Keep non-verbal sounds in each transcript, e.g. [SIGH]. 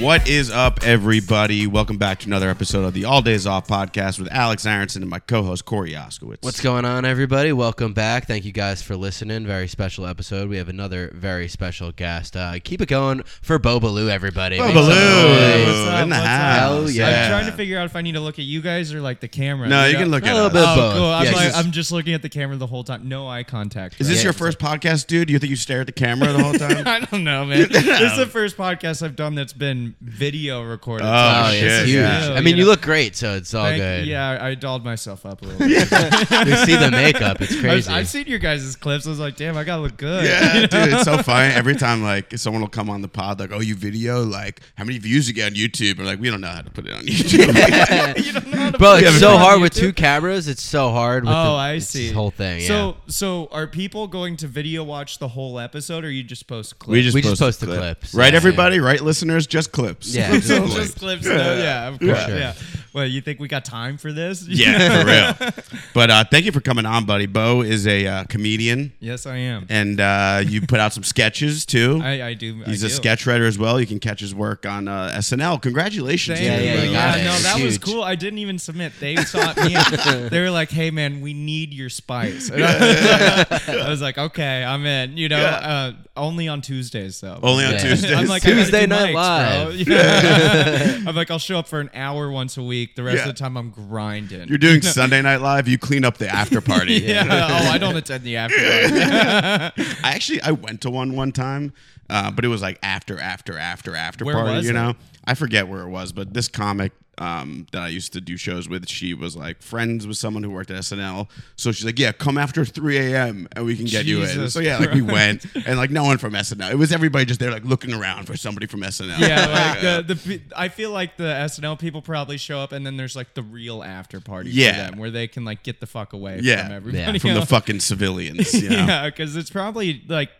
What is up, everybody? Welcome back to another episode of the All Days Off podcast with Alex Aronson and my co-host Corey Oskowitz. What's going on, everybody? Welcome back. Thank you guys for listening. Very special episode. We have another very special guest. Uh, keep it going for Bobaloo, everybody. Make some Bobaloo. noise. What's up? in the Hell house? yeah. I'm trying to figure out if I need to look at you guys or like the camera. No, I you don't- can look A at little us. bit of Oh, both. cool. I was Yeah, like, she's- I'm just looking at the camera the whole time. No eye contact. Is this Yeah, [LAUGHS] your it's first podcast, dude? You think you stared at the camera the whole time? I don't know, man. [LAUGHS] This is the first podcast I've done that's been video recorded. so Oh, Oh, I'm yeah, shit, it's huge. yeah. I mean, you know, look great, so it's all thank- good. Yeah, I dolled myself up a little. bit. You see the makeup. It's [LAUGHS] I was- crazy. I've seen your guys' clips. I was like, damn, I gotta look good. yeah, dude, it's so funny. Every time, like, someone will come on the pod, like, "Oh, you video? Like, how many views you get on YouTube?" We're like, "We don't know how to put it on YouTube." [LAUGHS] you don't know how to Bro, put it's it so on hard with YouTube. two cameras. It's so hard with oh, the I it's see. this whole thing. So, so are people going to video watch the whole episode, or you just post clips? we just We just post post the clips. right? Yeah. Everybody, right? Listeners, just clips. [LAUGHS] Yeah, Just exactly. clips. just clips. Yeah, no, yeah of course. sure. Yeah. Well, you think we got time for this? [LAUGHS] Yeah, for real. But uh, thank you for coming on, buddy. Bo is a uh, comedian, yes, I am. and uh, you put out some sketches too. I, I do. He's I a do. sketch writer as well. You can catch his work on uh, SNL. Congratulations! Thank Yeah, you. yeah, by you the got way. it. no, that was Huge. cool. I didn't even submit. They sought [LAUGHS] me. out. they were like, "Hey, man, we need your spice." And I, was like, [LAUGHS] I was like, "Okay, I'm in." You know, uh, only on Tuesdays though. [LAUGHS] Only on Yeah. Tuesdays. I'm like, Tuesday Tuesday Night night Live. Bro. Yeah. [LAUGHS] [LAUGHS] I'm like, I'll show up for an hour once a week. The rest Yeah. of the time, I'm [LAUGHS] grinding. You're doing Sunday Night Live. You clean up the after party. [LAUGHS] yeah. [LAUGHS] Oh, I don't attend the after. party. I actually I went to one one time, uh, but it was like after after after after Where party. was you it? know, I forget where it was, but this comic. Um, that I used to do shows with, she was like friends with someone who worked at SNL. So she's like, "Yeah, come after 3 a.m. and we can get you in." Jesus So yeah, like we went, and like no one from SNL. It was everybody just there, like looking around for somebody from SNL. [LAUGHS] Yeah, like uh, the, the pe- I feel like the SNL people probably show up, and then there's like the real after party Yeah. for them, where they can like get the fuck away Yeah. from Yeah, [LAUGHS] everybody. from the else. fucking civilians. You know? [LAUGHS] yeah, because it's probably like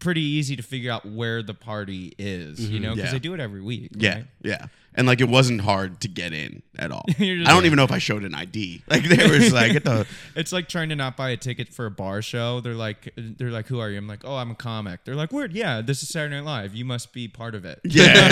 pretty easy to figure out where the party is, you know, Mm-hmm, because Yeah. they do it every week. Yeah, right? yeah. And like it wasn't hard to get in at all. I [LAUGHS] You're don't just like- even know if I showed an ID. [LAUGHS] Like they were just like, get [LAUGHS] the It's like trying to not buy a ticket for a bar show. They're like, they're like, who are you? I'm like, oh, I'm a comic. They're like, weird. Yeah, this is Saturday Night Live. You must be part of it. yeah, yeah,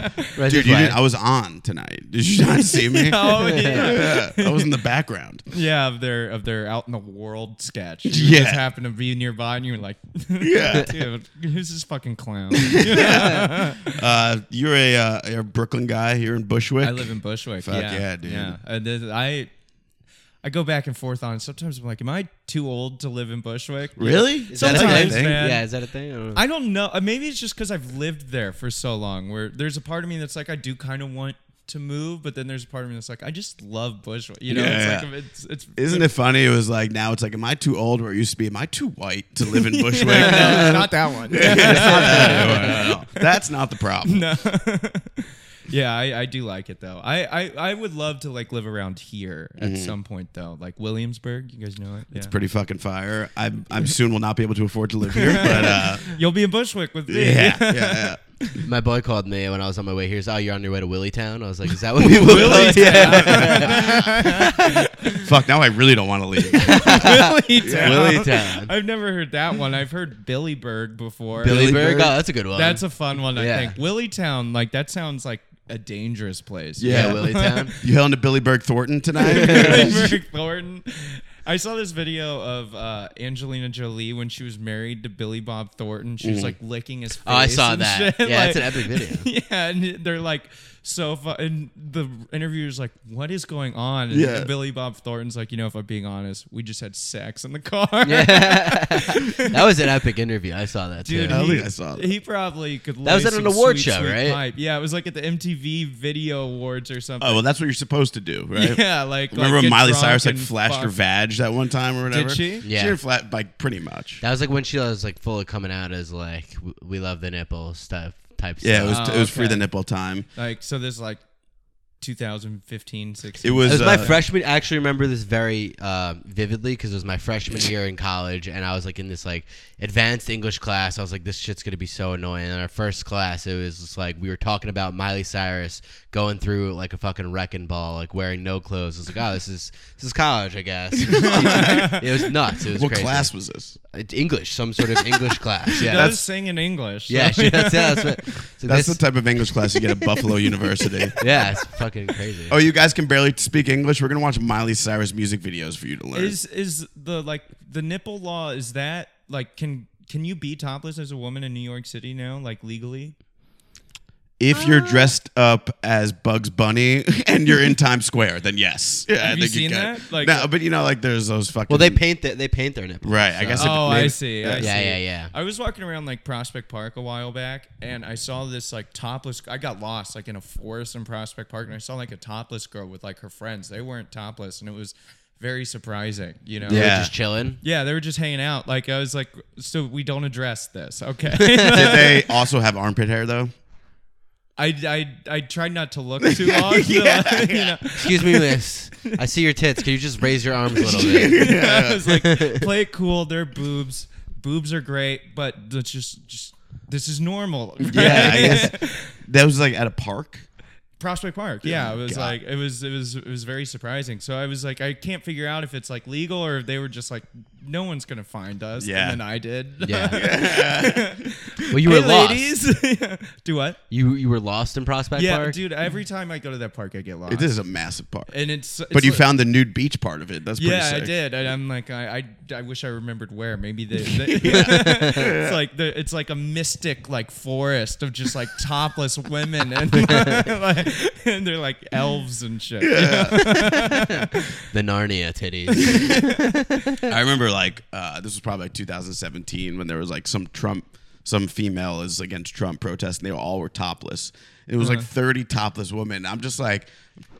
yeah, yeah. Red dude. You flag. didn't, I was on tonight. Did you not see me? [LAUGHS] Oh yeah. [LAUGHS] Yeah, I was in the background. Yeah, of their of their out in the world sketch. You Yeah. just happen to be nearby, and you're like, [LAUGHS] Yeah. dude, who's this fucking clown? Uh, you're a, uh, you're a Brooklyn guy here in Bushwick. I live in Bushwick. Fuck yeah, yeah, dude. Yeah, And this- I I go back and forth on. it. Sometimes I'm like, am I too old to live in Bushwick? Really? Is that a That's thing? Sometimes, thing? man. Yeah, is that a thing? I don't know. I don't know. Uh, Maybe it's just because I've lived there for so long. Where there's a part of me that's like, I do kind of want to move, but then there's a part of me that's like, I just love Bushwick. You know, Yeah, it's yeah. like it's it's Isn't it funny? It was like now it's like, am I too old? Where it used to be, am I too white to live in [LAUGHS] Bushwick? [LAUGHS] no, not that one. No, no, no. That's not the problem. [LAUGHS] No. yeah, I, I do like it though. I, I, I would love to like live around here Mm-hmm. at some point though, like Williamsburg. You guys know it. It's Pretty fucking fire. I'm, I'm soon will not be able to afford to live here, but [LAUGHS] uh, You'll be in Bushwick with me. yeah, yeah, [LAUGHS] yeah. My boy called me when I was on my way here. He's oh, you're on your way to Willitown. I was like, is that what people Willie [LAUGHS] Fuck, now I really don't want to leave. Willie Town. Willie Town. I've never heard that one. I've heard Billyburg before. Billy Billy Bird? Bird? Oh, that's a good one. That's a fun one. Yeah. I think Willie Town. Like that sounds like a dangerous place. Yeah. yeah, Willie [LAUGHS] Town. You hailing to Billy Berg Thornton tonight? Billyburg Thornton. I saw this video of uh, Angelina Jolie when she was married to Billy Bob Thornton. She Mm-hmm. was like licking his face. Oh, I saw and that. shit. Yeah, like, that's an epic video. [LAUGHS] Yeah, and they're like so fu- and the interviewer's like, "What is going on?" And Yeah. Billy Bob Thornton's like, "You know, if I'm being honest, we just had sex in the car." that was an epic interview. I saw that [LAUGHS] Dude, too. I he, think I saw that. he probably could. That was lay at an some award sweet, show, sweet right? pipe. Yeah, it was like at the MTV Video Awards or something. oh, well, that's what you're supposed to do, right? [LAUGHS] yeah, like Remember like, when get Miley drunk Cyrus like and flashed her fuck. vag that one time or whatever? she? Yeah. She flat like pretty much. That was like when she was like full of coming out as like w- we love the nipple stuff type yeah, it stuff. was Oh, it was free okay. the nipple time. Like so, there's like 2015, 16. It was, It was my uh, freshman. I actually remember this very uh, vividly because it was my freshman year in college, and I was like in this like advanced English class. I was like, this shit's gonna be so annoying. And in our first class, it was just like we were talking about Miley Cyrus going through like a fucking wrecking ball, like wearing no clothes. I was like, oh, this is this is college, [LAUGHS] I guess. it was nuts. It was What crazy. class was this? It's English, some sort of [LAUGHS] English class. Yeah, It does sing in English. so- yeah, she- that's, that's what. so That's this- the type of English class you get [LAUGHS] at Buffalo University. yeah, it's fucking crazy. Oh, you guys can barely speak English. We're gonna watch Miley Cyrus music videos for you to learn. Is is the like the nipple law? Is that like can can you be topless as a woman in New York City now, like legally? if you're dressed up as Bugs Bunny [LAUGHS] and you're in Times Square, then yes. Yeah, Have you seen can. that? Like- no, but you know, like there's those fucking. Well, they paint the, they paint their nipples. Right, I guess. if oh, maybe- I see. I Yeah, see. yeah, yeah. I was walking around like Prospect Park a while back, and I saw this like topless. I got lost like in a forest in Prospect Park, and I saw like a topless girl with like her friends. They weren't topless, and it was very surprising. You know. They were Yeah. just chilling. Yeah, they were just hanging out. Like I was like, so we don't address this, okay? [LAUGHS] Did [LAUGHS] they also have armpit hair though? [LAUGHS] I, I I tried not to look too long. [LAUGHS] [LAUGHS] Yeah, you know? Excuse me, miss. I see your tits. Can you just raise your arms a little [LAUGHS] bit? [LAUGHS] I was [LAUGHS] like, play it cool. They're boobs. Boobs are great, but let's just just this is normal. [LAUGHS] Yeah, I guess that was like at a park. Prospect Park. Yeah, it was God. like it was it was it was very surprising. So I was like, I can't figure out if it's like legal or if they were just like, no one's gonna find us. Yeah. and then I did. [LAUGHS] Yeah. well, you Hey, were lost. ladies. [LAUGHS] Do what? You you were lost in Prospect Yeah, Park. dude. Every time I go to that park, I get lost. It is a massive park. and it's. but it's you like- found the nude beach part of it. That's pretty Yeah, I sick. did, and I'm like, I, I, I wish I remembered where. [LAUGHS] Maybe they, they- [LAUGHS] it's like the, it's like a mystic like forest of just like topless women, and [LAUGHS] like, and they're like elves and shit. The Narnia [LAUGHS] titties. [LAUGHS] I remember like uh, this was probably like 2017 when there was like some Trump, some female is against Trump protest, and they all were topless. It was Uh-huh. like 30 topless women. I'm just like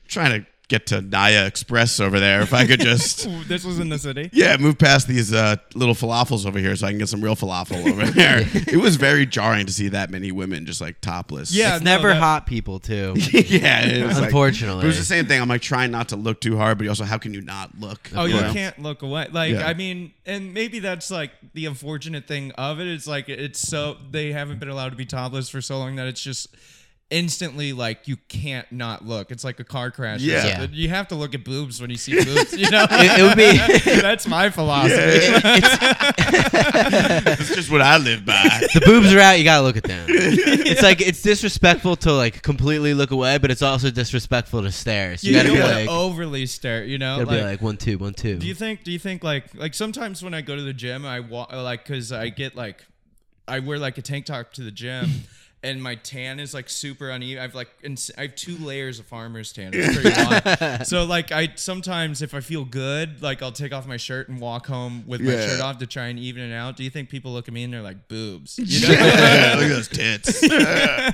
trying to get to Naya Express over there. If I could just. [LAUGHS] Ooh, this was in the city. Yeah, move past these uh, little falafels over here so I can get some real falafel [LAUGHS] over there. It was very jarring to see that many women just like topless. Yeah, it's no, never that- hot people too. [LAUGHS] yeah. It was like- Unfortunately. it was the same thing. I'm like trying not to look too hard, but also how can you not look? Oh, you know? can't look away. Like, Yeah. I mean, and maybe that's like the unfortunate thing of it. It's like it's so they haven't been allowed to be topless for so long that it's just instantly like you can't not look. It's like a car crash. or Yeah. Yeah. something. You have to look at boobs when you see boobs. You know, [LAUGHS] It, it would be. [LAUGHS] that's my philosophy. It's just what I live [LAUGHS] by. The [LAUGHS] boobs are out. You gotta look at [LAUGHS] them. It's like it's disrespectful to like completely look away, but it's also disrespectful to stare. So you, You, gotta don't be want like, to overly stare. You know, gotta be like one two one two. [LAUGHS] Do you think? Do you think like like sometimes when I go to the gym, I walk like because I get like I wear like a tank top to the gym. And my tan is like super uneven. I've like ins- I have two layers of farmer's tan. It's pretty wild. so like I sometimes if I feel good, like I'll take off my shirt and walk home with my Yeah. shirt off to try and even it out. Do you think people look at me and they're like boobs? You Look know, at those tits. they're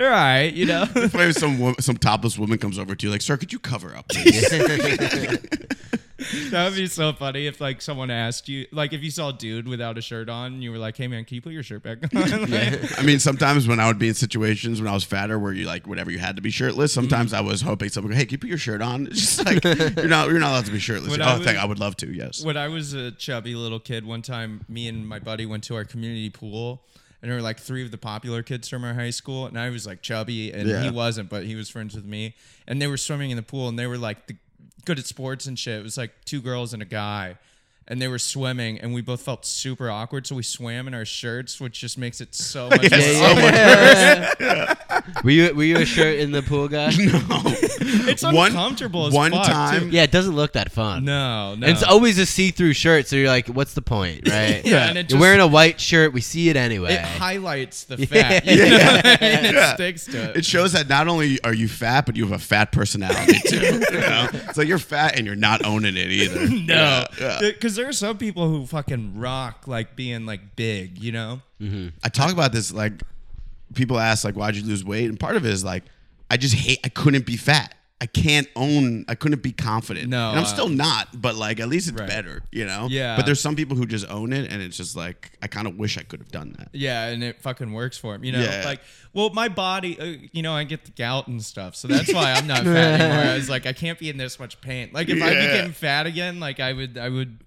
all right. You know. [LAUGHS] Maybe some wo- some topless woman comes over to you, like, sir, could you cover up? please?" That would be so funny if like someone asked you, like if you saw a dude without a shirt on, and you were like, "Hey man, can you put your shirt back on?" [LAUGHS] Like, I mean, sometimes when I would be in situations when I was fatter, where you like whatever you had to be shirtless. Sometimes I was hoping someone, go, hey, can you put your shirt on? It's just like you're not you're not allowed to be shirtless. When oh, I I was- thank, I would love to. [LAUGHS] Yes. When I was a chubby little kid, one time, me and my buddy went to our community pool, and there were like three of the popular kids from our high school, and I was like chubby, and Yeah. he wasn't, but he was friends with me, and they were swimming in the pool, and they were like the, good at sports and shit. It was like two girls and a guy. And they were swimming, and we both felt super awkward. So we swam in our shirts, which just makes it so much. Yes, more so much were you were you a shirt in the pool [LAUGHS] guy? Oh, No. It's uncomfortable One, as one fuck, time. Yeah, it doesn't look that fun. No, no. And it's always a see-through shirt, so you're like, "What's the point, right?" [LAUGHS] Yeah, and it you're just- wearing a white shirt. We see it anyway. it highlights the [LAUGHS] fat. you know what I mean? It sticks to it. It shows that not only are you fat, but you have a fat personality [LAUGHS] too. you know? It's like you're fat and you're not owning it either. No, Yeah, yeah. because there are some people who fucking rock like being like big, you know. Mm-hmm. I talk about this like people ask like why'd you lose weight, and part of it is like I just hate I couldn't be fat. I I can't own. I couldn't be confident. No, and I'm uh, still not. But like, at least it's Right. better, you know. Yeah. But there's some people who just own it, and it's just like I kind of wish I could have done that. Yeah, and it fucking works for him. You know, Yeah. like, well, my body, uh, you know, I get the gout and stuff, so that's why I'm not fat anymore. I was like, I can't be in this much pain. Like, if I Yeah. became fat again, like, I would, I would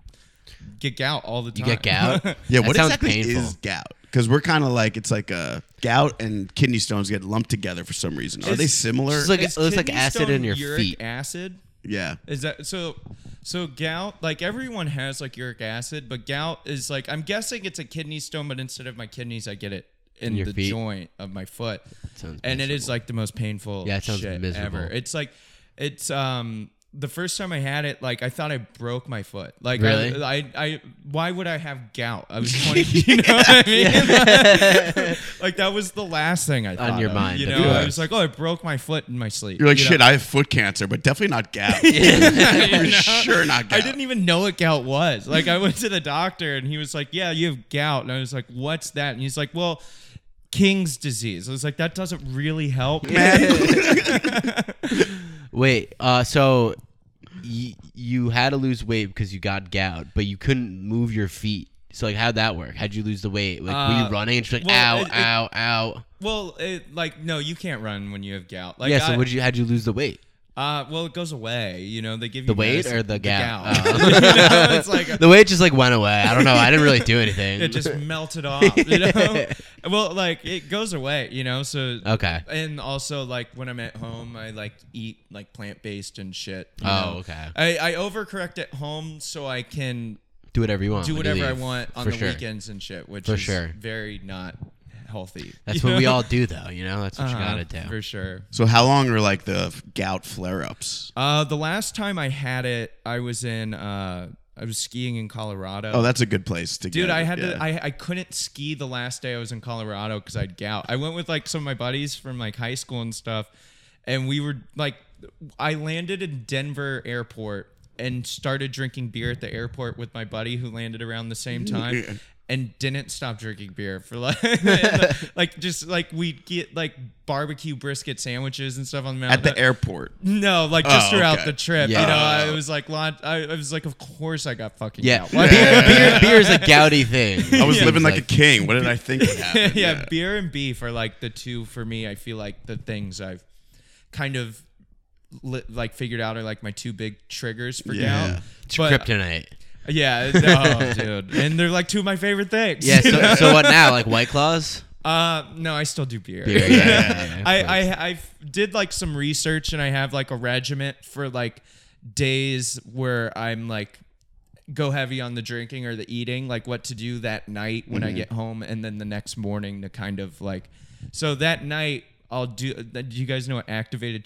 get gout all the You time. get [LAUGHS] gout. Yeah, That what sounds exactly painful. is gout? Because we're kind of like it's like a gout and kidney stones get lumped together for some reason. Are It's- they similar? It's like Is it looks like kidney acid in stone your uric feet. Acid yeah, is that so? So gout, like everyone has like uric acid, but gout is like I'm guessing it's a kidney stone, but instead of my kidneys, I get it in your the feet? joint of my foot, sounds and it is like the most painful. Yeah, it sounds shit miserable. Ever. It's like it's um the first time I had it, like I thought I broke my foot. Like Really? I, I, I why would I have gout? [LAUGHS] I was 20. you know what I mean? like that was the last thing I thought your of, mind, of You know, I course. was like, oh, I broke my foot in my sleep. you're like you know? shit. I have foot cancer, but definitely not [LAUGHS] gout. [LAUGHS] You You're know? sure not gout. I didn't even know what gout was. Like I went to the doctor and he was like, "Yeah, you have gout." And I was like, "What's that?" And he's like, "Well, King's disease." I was like, "That doesn't really help." Wait, uh, so y- you had to lose weight because you got gout, but you couldn't move your feet. So like, how'd that work? How'd you lose the weight? Like, were Uh, you running and just like, well, ow, it- it- ow, ow? [LAUGHS] Well, it, like no, you can't run when you have gout. Like yeah. So I- would you? How'd you lose the weight? Uh, well, it goes away. You know, they give you The weight medicine- or the gout? Oh. [LAUGHS] You know, it's like The weight just like went away. I don't know. I didn't really do anything. [LAUGHS] it just melted off. You know, well, like it goes away. You know, so okay. And also, like when I'm at home, I like eat like plant based and shit. Oh, you know? okay. I, I overcorrect at home so I can Do whatever you want. do when you whatever I leave, want on for the sure. weekends and shit, which For is sure. very not healthy. That's You [LAUGHS] what we know? all do, though. You know, that's what Uh-huh, you gotta do. for sure. So how long are like the f- gout flare-ups? Uh, the last time I had it, I was in uh, I was skiing in Colorado. Oh, that's a good place to get. Dude, I it, had yeah. to. I, I couldn't ski the last day I was in Colorado because I had gout. I went with like some of my buddies from like high school and stuff, and we were like, I landed in Denver airport and started drinking beer at the airport with my buddy who landed around the same Mm-hmm. time. And didn't stop drinking beer [LAUGHS] for like, [LAUGHS] like just like we'd get like barbecue brisket sandwiches and stuff on the at [LAUGHS] mountain. the airport. No, like just Oh, throughout okay. the trip. Yeah. You know, I was like, lot- I, I was like, of course I got fucking Yeah, gout. beer, beer, beer is a gouty thing. I was Seems living like, a king. What did I think [LAUGHS] would happen? yeah, beer and beef are like the two for me. I feel like the things I've kind of li- like figured out are like my two big triggers for Yeah. gout. It's But- kryptonite. Yeah, [LAUGHS] no, dude, and they're like two of my favorite [LAUGHS] things. Yeah. So, so what now? Like white claws? [LAUGHS] Uh, no, I still do beer. Beer, yeah, yeah, yeah, of I, course. I I f- did like some research and I have like a regiment for like days where I'm like go heavy on the drinking or the eating, like what to do that night when Mm-hmm. I get home and then the next morning to kind of like so that night I'll do uh, do you guys know what activated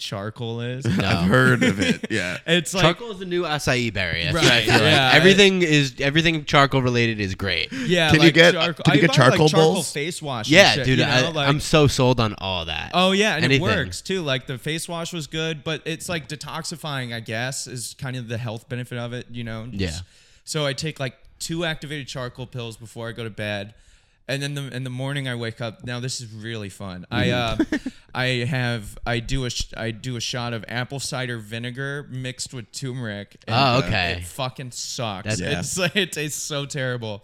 [LAUGHS] charcoal is? I've heard of it. [LAUGHS] Yeah. It's like charcoal is the new acai berry. That's what I Right, feel like. yeah. Everything is everything charcoal related is great. yeah, Can you like get- uh, charcoal. can you I get buy, charcoal like, charcoal bowls? face wash? and Yeah, shit, dude, you know, I, like- I'm so sold on all that. Oh yeah, and Anything. [LAUGHS] it works too. Like the face wash was good, but it's like detoxifying, I guess, is kind of the health benefit of it, you know. Yeah. So I take like two activated charcoal pills before I go to bed. And then the, in the morning I wake up. Now this is really fun. I uh, Mm-hmm. [LAUGHS] I have I do a sh- I do a shot of apple cider vinegar mixed with turmeric. and, Oh, uh, okay. it fucking sucks. That's- Yeah. It's [LAUGHS] like, it tastes so terrible.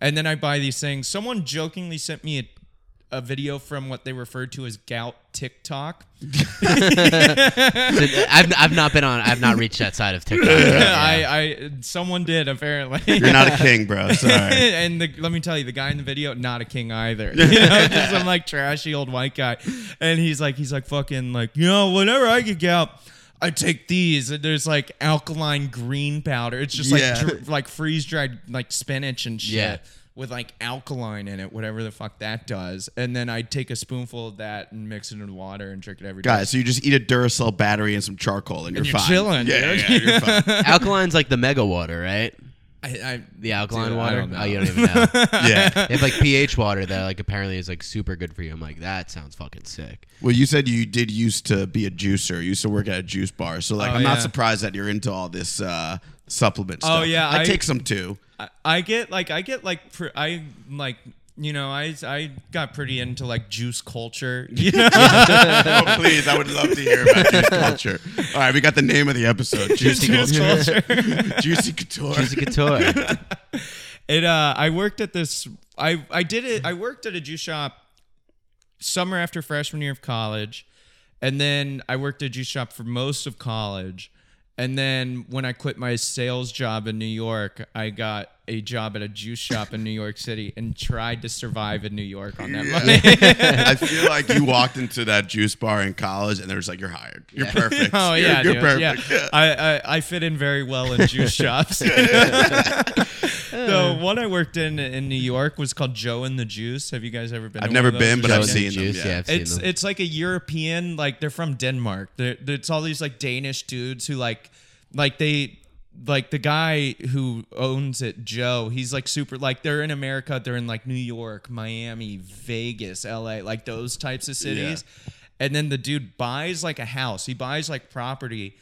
And then I buy these things. Someone jokingly sent me a a video from what they referred to as gout TikTok. So I've, I've not been on. I've not reached that side of [LAUGHS] TikTok. I, I someone did apparently. [LAUGHS] You're not a king, bro. Sorry. and the, let me tell you, the guy in the video, not a king either. [LAUGHS] You know, just some like trashy old white guy, and he's like, he's like fucking like, you know, whenever I get gout, I take these. And there's like alkaline green powder. It's just Yeah. like dr- like freeze dried like spinach and shit. Yeah. With like alkaline in it, whatever the fuck that does, and then I take a spoonful of that and mix it in water and drink it every day. Guys, so you just eat a Duracell battery and some charcoal, and you're, And you're fine. chilling, Yeah, dude. yeah, you're [LAUGHS] fine. Alkaline's like the mega water, right? I, I, The alkaline Dude, I water. don't know. Oh, you don't even know. [LAUGHS] they Yeah. have like pH water that like apparently is like super good for you. I'm like, that sounds fucking sick. Well, you said you did used to be a juicer. You used to work at a juice bar, so like, Oh, I'm not yeah. surprised that you're into all this uh, supplement Oh, stuff. yeah, I, I- take some too. I- I get like I get like pr- I like you know, I I got pretty into like juice culture. [LAUGHS] You know? oh, please, I would love to hear about juice culture. All right, we got the name of the episode: Juicy juice Culture, culture. Juicy Couture. Juicy Couture. It uh I worked at this I I did it I worked at a juice shop summer after freshman year of college and then I worked at a juice shop for most of college and then when I quit my sales job in New York I got a job at a juice shop in New York City and tried to survive in New York on that money. [LAUGHS] I feel like you walked into that juice bar in college, and there's like, "You're hired. You're perfect. [LAUGHS] Oh You're- yeah, you're, dude. perfect." Yeah, I, I I fit in very well in [LAUGHS] juice shops. the one I worked in in New York was called Joe and the Juice. Have you guys ever been? to I've one never of those? been, but Joe I've and the seen them, Juice, yeah. I've seen It's them. it's like a European like they're from Denmark. They're, they're- it's all these like Danish dudes who like like they like the guy who owns it, Joe. He's like super like they're in America. They're in like New York, Miami, Vegas, L.A. Like those types of cities. And then the dude buys like a house. He buys like property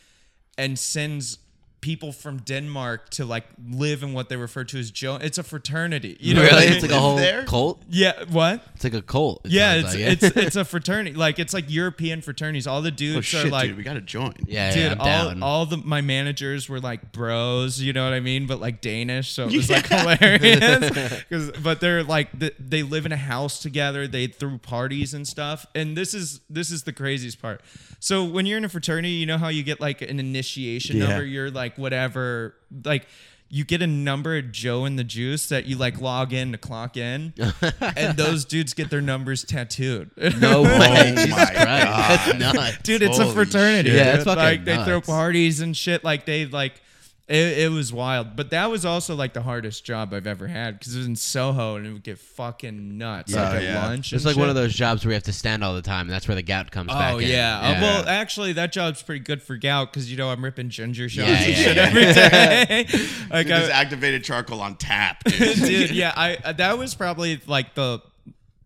and sends people from Denmark to like live in what they refer to as Joe. It's a fraternity. You know what [LAUGHS] I [LAUGHS] really? mean? It's like a whole there? cult. yeah. What? It's like a cult. it Yeah, sounds it's like, it's it's a fraternity. Like it's like European fraternities. All the dudes Oh are shit, like dude, we gotta join. yeah, yeah, Dude, I'm all, down. all the my managers were like bros, you know what I mean? But like Danish, so it was like hilarious. [LAUGHS] 'Cause- but they're like th- they live in a house together. They threw parties and stuff. And this is this is the craziest part. So when you're in a fraternity, you know how you get like an initiation Yeah. number. You're like whatever, like. You get a number of Joe and the Juice that you like log in to clock in, [LAUGHS] and those dudes get their numbers tattooed. [LAUGHS] [LAUGHS] no way. Oh my Jesus Christ. That's nuts. dude it's Holy a fraternity shit. Yeah, dude. that's fucking like they nuts. throw parties and shit like they like it, it was wild but that was also like the hardest job i've ever had because it was in soho and it would get fucking nuts Yeah. like Oh, at yeah. lunch It's and like one shit. of those jobs where you have to stand all the time, and that's where the gout comes back. Oh in. yeah. Uh, well, actually, that job's pretty good for gout because you know I'm ripping ginger shots Yeah, and yeah, shit yeah. [LAUGHS] every day. like, Dude, I- this activated charcoal on tap, dude. dude yeah i uh, that was probably like the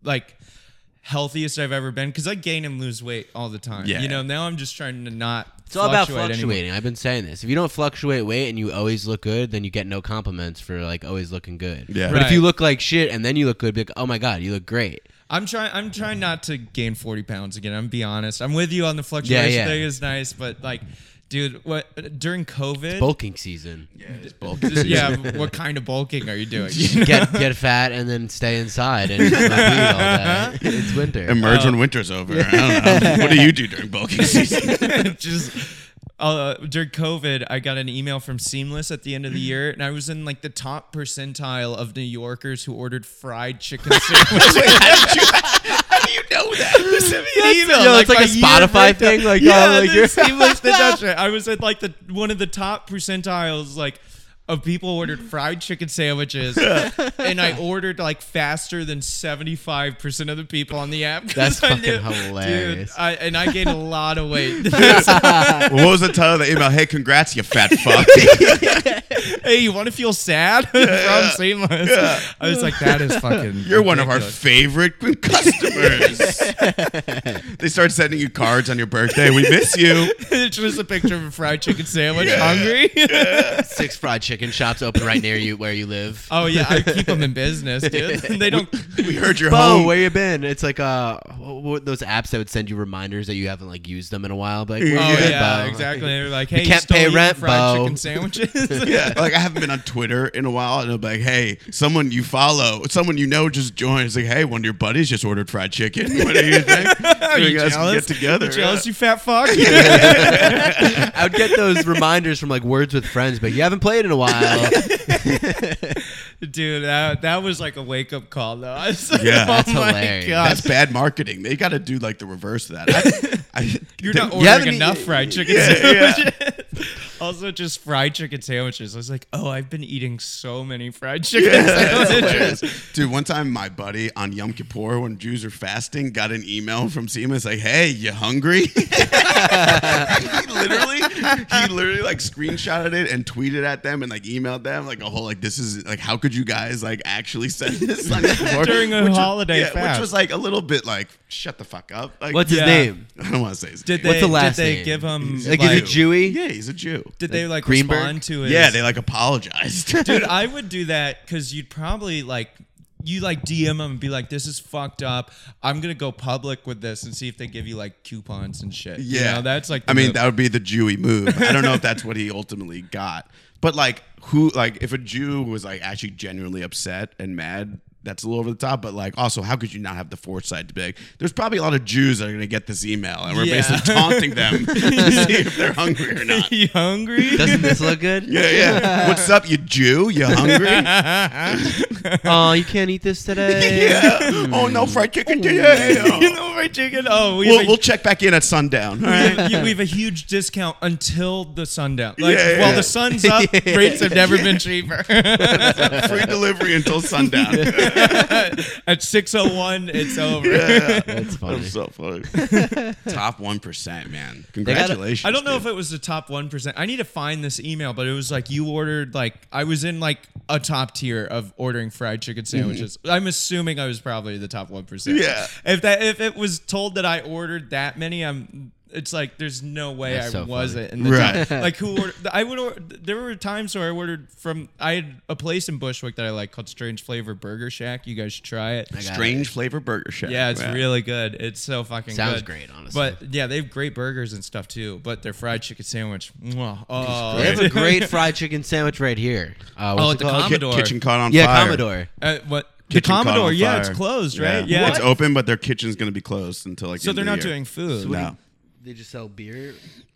like healthiest i've ever been because i gain and lose weight all the time Yeah. you know now i'm just trying to not it's all about fluctuate anymore. fluctuating. I've been saying this. If you don't fluctuate weight and you always look good, then you get no compliments for like always looking good. Yeah. But if you Right. look like shit and then you look good, be like, oh my god, you look [LAUGHS] great. i'm trying i'm trying not to gain 40 pounds again i'm be honest i'm with you on the fluctuation yeah. thing is nice but like dude what during covid [LAUGHS] Bulking season. yeah, it's bulky. [LAUGHS] yeah what kind of bulking are you doing [LAUGHS] Get get fat and then stay inside and just, [LAUGHS] like, eat all day. It's winter. [LAUGHS] Emerge when winter's over. I don't know. what do you do during bulking [LAUGHS] season? just uh, during COVID, I got an email from Seamless at the end of the year, and I was in like the top percentile of New Yorkers who ordered [LAUGHS] fried chicken sandwiches. How do you know [LAUGHS] that? email, Yo, that's like my a year Spotify breakdown. thing, like, [LAUGHS] yeah, oh, like, the you're- [LAUGHS] Seamless did that shit. I was at like the one of the top percentiles, like. Of people who ordered fried chicken sandwiches, and I ordered like faster than seventy five percent of the people on the app. [LAUGHS] 'cause That's I fucking knew- hilarious. Dude, I, and I gained a lot of weight. [LAUGHS] Well, what was the title of the email? Hey, congrats, you fat fuck. hey, you want to feel sad [LAUGHS] from Seamless? I was like, that is fucking. You're one of our ridiculous. [LAUGHS] favorite customers. they start sending you cards on your birthday. We miss you. it's just a picture of a fried chicken sandwich. Hungry? Six fried chicken shops open right near you where you live. oh yeah, I keep them in business, dude. They don't. We heard your Bo, home. where you been? It's like uh, what, what, those apps that would send you reminders that you haven't like used them in a while. But like, where Oh you been, yeah, Bo? exactly. They're like, hey, you can't still pay eating rent, fried Bo. chicken sandwiches. [LAUGHS] Yeah, like I haven't been on Twitter in a while, and I'm like, hey, someone you follow, someone you know just joined. It's like, hey, one of your buddies just ordered fried chicken. [LAUGHS] What do you [LAUGHS] think? Are you, You guys can jealous? get together, You jealous, yeah. you fat [LAUGHS] fuck? I would get those reminders from like Words with Friends, but you haven't played in a [LAUGHS] while. Dude, that, that was like a wake up call, though. [LAUGHS] I was like, Yeah. oh That's my hilarious. god, That's bad marketing. They got to do like the reverse of that. I, I, you're not You haven't ordering enough eaten- fried chicken Yeah, sandwiches. [LAUGHS] also, just fried chicken sandwiches. I was like, oh, I've been eating so many fried chicken [LAUGHS] That's sandwiches. hilarious. Dude, one time my buddy on Yom Kippur, when Jews are fasting, got an email from Seamus like, "Hey, you hungry?" [LAUGHS] he literally, he literally like screenshotted it and tweeted at them and like emailed them like a whole like this is like how could you guys like actually send this on Yom Kippur? During a was- holiday yeah, which fast. was like a little bit like shut the fuck up. Like, What's his Yeah. name? I don't want to say his name. Did they, What's the last did they name? give him Like, like, is it Jewy? yeah, he's a Jew. did they like Greenberg? respond to it? [LAUGHS] Yeah, they like apologized. dude, I would do that because you'd probably like you like DM them and be like, "This is fucked up. I'm gonna go public with this and see if they give you like coupons and shit." You Yeah, know, that's like. I mean, the- [LAUGHS] that would be the Jewy move. I don't know if that's what he ultimately got, but like, who, like, if a Jew was like actually genuinely upset and mad, that's a little over the top. But like, also, how could you not have the foresight to be like, there's probably a lot of Jews that are gonna get this email, and we're Yeah. basically taunting [LAUGHS] them to see if they're hungry or not. you hungry? Doesn't this look good? Yeah, yeah. What's up, you Jew? You [LAUGHS] hungry? Oh, you can't eat this today. yeah. Oh no, fried chicken today. [LAUGHS] you Oh. [LAUGHS] know my chicken? Oh, we We'll, have a- we'll check back in at sundown. All we right. have, [LAUGHS] we have a huge discount until the sundown. Like, Yeah, yeah, while yeah. [LAUGHS] the sun's up, rates have never been cheaper. [LAUGHS] Free delivery until sundown. At 601, it's over. That's funny. That's so funny. [LAUGHS] Top one percent, man. gotta- Congratulations. I don't know if it was the top 1%. I need to find this email, but it was like you ordered, like, I was in like a top tier of ordering fried chicken sandwiches. I'm assuming I was probably the top 1%. Mm-hmm. Yeah. If that, if it was told that I ordered that many, I'm, it's like there's no way That's I so wasn't in the Right. top. Like who ordered? I would. Order, there were times where I ordered from. I had a place in Bushwick that I like called Strange Flavor Burger Shack. You guys should try it. [LAUGHS] got strange flavor burger shack. Yeah, it's Wow. really good. It's so fucking Sounds good. great, honestly. But yeah, they have great burgers and stuff too. But their fried chicken sandwich, mwah. oh, They [LAUGHS] have a great fried chicken sandwich right here. Uh, what's Oh, it at the called? Ki- Commodore. kitchen caught on yeah, fire. Commodore. Uh, what the Kitchen caught on Commodore? Yeah, fire. it's closed, right? Yeah, Yeah, it's open, but their kitchen's gonna be closed until like. the so end they're of the not year. doing food. No, They just sell beer.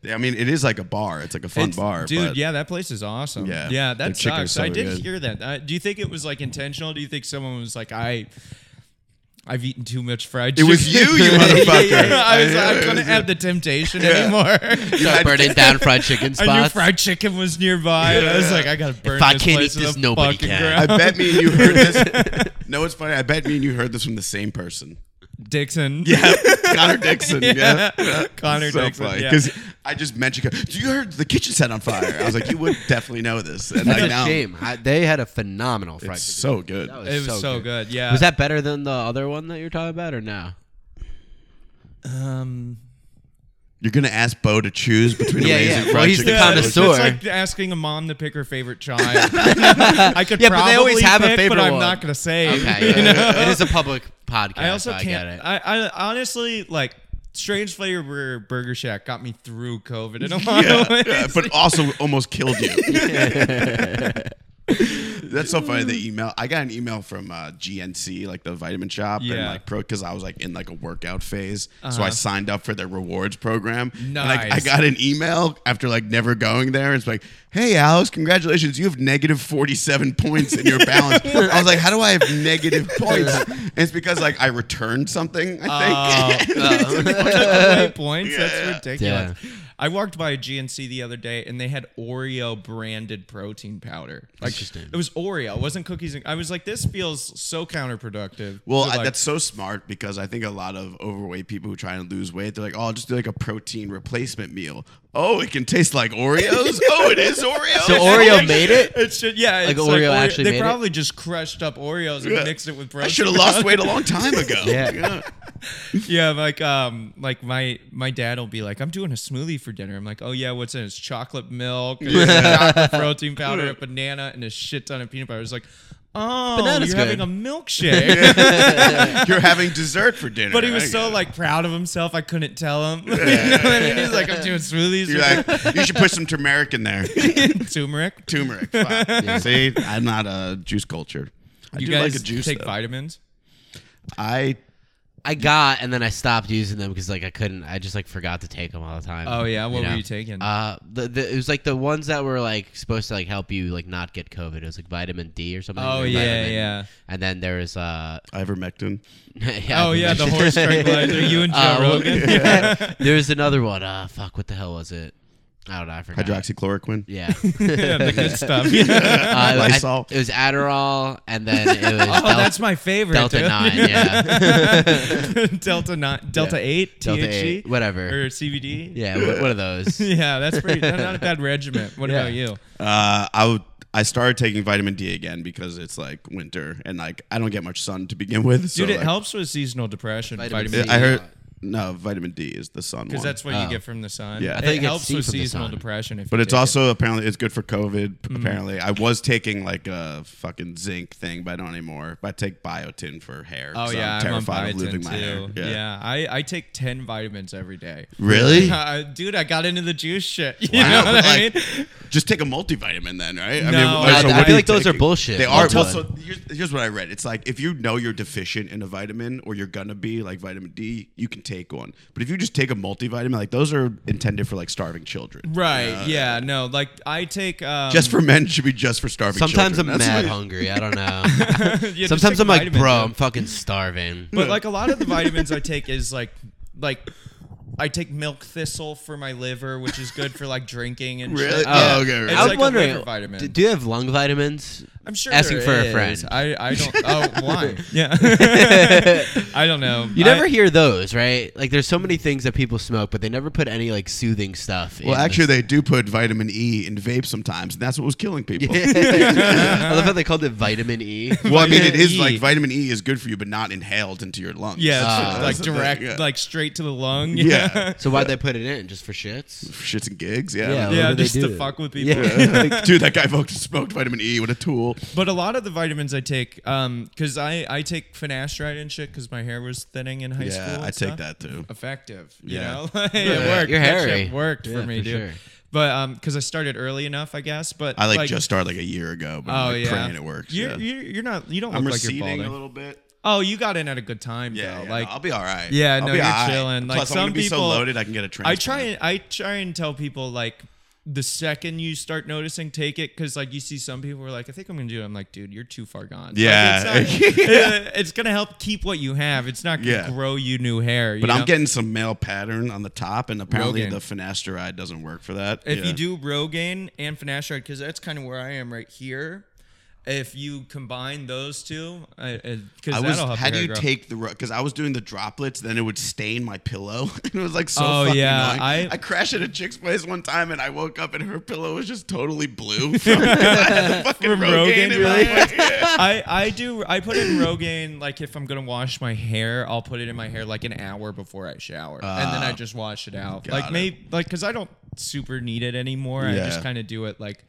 I mean it is like a bar. It's like a fun It's- bar, dude. but yeah, that place is awesome. Yeah. Yeah, Their that chicken is sucks. so I did good. hear that. Uh, do you think it was like intentional? Do you think someone was like, I, I've eaten too much fried It chicken? was you, you [LAUGHS] yeah, motherfucker. yeah, yeah. I was like, I [LAUGHS] Yeah. couldn't have the temptation [LAUGHS] anymore. [LAUGHS] You had- Burning down fried chicken I knew spots. fried chicken was nearby. and I was like, I gotta burn. I this can't place eat to this, the nobody fucking can. I ground. bet me and you heard this. No, it's funny. I bet me and you heard this from the same person. [LAUGHS] [LAUGHS] Dixon. Yeah, Connor Dixon. [LAUGHS] Yeah, Connor so Dixon. funny. yeah. Because I just mentioned, you heard the kitchen set on fire. I was like, you would definitely know this. And That's I a now, shame. I, they had a phenomenal fried it's chicken. so good. That it was so, good. Yeah. Was that better than the other one that you're talking about, or no? um? You're gonna ask Bo to choose between Yeah, amazing yeah. fried Well, he's the chicken. kind of sandwiches. connoisseur. It's like asking a mom to pick her [LAUGHS] favorite child. I could Yeah, probably but they always have a pick, favorite but I'm one. not gonna say. [LAUGHS] it, [LAUGHS] Okay, you know? it is a public podcast. I also so I can't. get it. I, I honestly like Strange Flavor Bur- Burger Shack got me through [LAUGHS] COVID in a lot [LAUGHS] of ways. Yeah, but also almost killed you. That's so funny. The email I got an email from uh, GNC, like the vitamin shop, and Yeah. Uh-huh. like pro because I was like in like a workout phase, so I signed up for their rewards program. And I, I Nice. got an email after like never going there. It's like, hey Alex, congratulations, you have negative forty seven points in your balance. I was like, how do I have negative points? And it's because like I returned something. Oh. I think. [LAUGHS] away points. Yeah. That's ridiculous. I walked by a GNC the other day and they had Oreo branded protein powder. Like Interesting. it was Oreo, it wasn't cookies. And, I was like, this feels so counterproductive. Well, But, I, like, that's so smart because I think a lot of overweight people who try and lose weight, they're like, "Oh, I'll just do like a protein replacement meal. Oh, it can taste like [LAUGHS] Oreos. oh, it is Oreos. So Oreo made it. It should, yeah. It's Oreo actually They made it? probably just crushed up Oreos and mixed it with protein. I should have lost weight a long time ago. Yeah. [LAUGHS] yeah, like um, like my my dad will be like, I'm doing a smoothie for dinner. I'm like, oh yeah, what's in? it? It's chocolate milk, and chocolate [LAUGHS] protein powder, a banana, and a shit ton of peanut butter. It's like, oh, Banana's you're having good. a [LAUGHS] milkshake. You're having dessert for dinner. but he I was get so it. like proud of himself, I couldn't tell him. [LAUGHS] you know what I mean? He's like, I'm doing smoothies You're [LAUGHS] with like, you should put some turmeric in [LAUGHS] there. [LAUGHS] turmeric. turmeric. Fuck. See, I'm not a juice culture. I You do guys like a juice. take though. vitamins. I [LAUGHS] I got, and then I stopped using them because like I couldn't. I just like forgot to take them all the time. Oh, yeah? What were you taking? Uh, the, the, it was like the ones that were like supposed to like help you like not get COVID. It was like vitamin D or something. Oh, or yeah, vitamin- yeah. And then there was uh. [LAUGHS] ivermectin. yeah, Oh yeah, [LAUGHS] the horse tranquilizer. You and Joe Uh, well, Rogan. [LAUGHS] [LAUGHS] there was another one. Uh, fuck, what the hell was it? I don't know. I forgot. Hydroxychloroquine. Yeah. [LAUGHS] yeah, the good stuff. Yeah. Uh, I- Lysol. it was Adderall, and then it was [LAUGHS] Oh, Del- that's my favorite. Delta dude. Nine. [LAUGHS] Yeah. Delta nine, Delta eight, Delta THC, eight, whatever. or CBD. Yeah, wh- one of those. [LAUGHS] yeah, that's pretty. Not, not [LAUGHS] a bad regiment. What Yeah. about you? Uh, I would. I started taking vitamin D again because it's like winter and like I don't get much sun to begin with. so, Dude, it like, helps with seasonal depression. Vitamin Vitamin, C. I heard No, vitamin D is the sun one. because that's what Oh. you get from the sun. Yeah. I it think you get helps C with from the seasonal sun. depression. If But you it's take it. Mm-hmm. also apparently it's good for COVID. p- Apparently, I was taking like a fucking zinc thing, but I don't anymore. But I take biotin for hair. Oh 'cause yeah, I'm I'm on terrified of biotin losing too. my hair. Yeah, I, I take ten vitamins every day. Really? Uh, dude, [LAUGHS] I got into the juice shit. [LAUGHS] You Wow, know what but, I like, mean? Just take a multivitamin then, right? No. what- I- so I what feel are you like those are taking? bullshit. They are. Well, Well, so here's, here's what I read. It's like if you know you're deficient in a vitamin or you're gonna be like vitamin D, you can take one. But if you just take a multivitamin, like those are intended for like starving children. Right. yeah. No. Like I take. Um, Just for men should be just for starving. Sometimes children. I'm That's mad what- hungry. I don't [LAUGHS] know. [LAUGHS] yeah, just Sometimes take I'm like, vitamins, bro, yeah. I'm fucking [LAUGHS] starving. But like a lot of the vitamins I take is like like I take milk thistle for my liver, which is good for like drinking and Really? shit. Oh, Yeah. okay, right. It's I I was like a wondering, liver vitamin. d- do you have lung vitamins? I'm sure asking there for a is. friend. I, [LAUGHS] I don't. Oh, why? Yeah. [LAUGHS] I don't know. You I- never hear those, right? Like, there's so many things that people smoke, but they never put any like soothing stuff. Well, in the- actually, they do put vitamin E in vape sometimes, and that's what was killing people. [LAUGHS] [LAUGHS] I love how they called it vitamin E. Well, I mean, it is Vitamin E. like vitamin E is good for you, but not inhaled into your lungs. [LAUGHS] Yeah. it's Ah. like That's the thing, direct, yeah. like straight to the lung. Yeah. E. So why'd they put it in? Just for shits? [LAUGHS] shits and gigs. Yeah. Yeah. I Yeah, don't Why would they just do to it? fuck with [LAUGHS] people. Yeah. know. Dude, that guy smoked, smoked vitamin E with a tool. But a lot of the vitamins I take, um, because I I take finasteride and shit because my hair was thinning in high school. Yeah, and I take stuff. that too. effective. Yeah. You know, [LAUGHS] Like, it Yeah, worked. you're That hairy. shit worked Yeah, for me, for dude. sure. But um, because I started early enough, I guess. But I like, just started like a year ago, but Oh I'm like, yeah, praying it works. You're, yeah. you're, you're not. You don't I'm look like you're receding balding. a little bit. Oh, you got in at a good time Yeah, though. yeah, like no, I'll be all right. Yeah, I'll no, be you're all right. chilling. Like, Plus, I'm some gonna be so people- loaded, I can get a I transplant. try and I try and tell people like the second you start noticing, take it because like you see some people who are like, I think I'm gonna do it. I'm like, dude, you're too far gone. Like, Yeah. it's, [LAUGHS] not- it- it's gonna help keep what you have. It's not gonna Yeah. grow you new hair. you But I'm know? getting some male pattern on the top, and apparently Rogaine. the finasteride doesn't work for that. If Yeah. you do Rogaine and finasteride, because that's kind of where I am right here. If you combine those two, because I that'll was. help. How your do hair you grow. take the? Because I was doing the droplets, then it would stain my pillow. [LAUGHS] it was like so. Oh, fucking yeah, annoying. I- I crashed at a chick's place one time, and I woke up and her pillow was just totally blue. From, [LAUGHS] I had the fucking From Rogaine, Rogaine, in my really? [LAUGHS] hand. I, I do I put in Rogaine like if I'm gonna wash my hair I'll put it in my hair like an hour before I shower and then I just wash it out Ah, got like it. maybe like because I don't super need it anymore I Yeah. just kind of do it like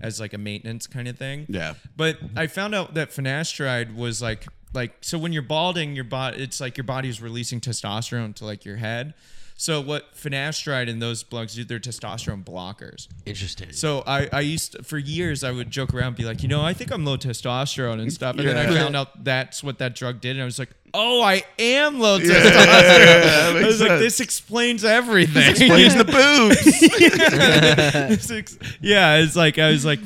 as like a maintenance kind of thing Yeah. but I found out that finasteride was like like so when you're balding your body it's like your body's releasing testosterone to like your head so what finasteride and those blunts do they're testosterone blockers [LAUGHS] Interesting. so I, I used to- for years I would joke around and be like, you know, I think I'm low testosterone and stuff. And then I Yeah. found out that's what that drug did, and I was like, oh, I am low Yeah, testosterone. that I [LAUGHS] makes was like, sense. this explains everything. [LAUGHS] Explains the boobs. This ex- yeah, it's like I was like,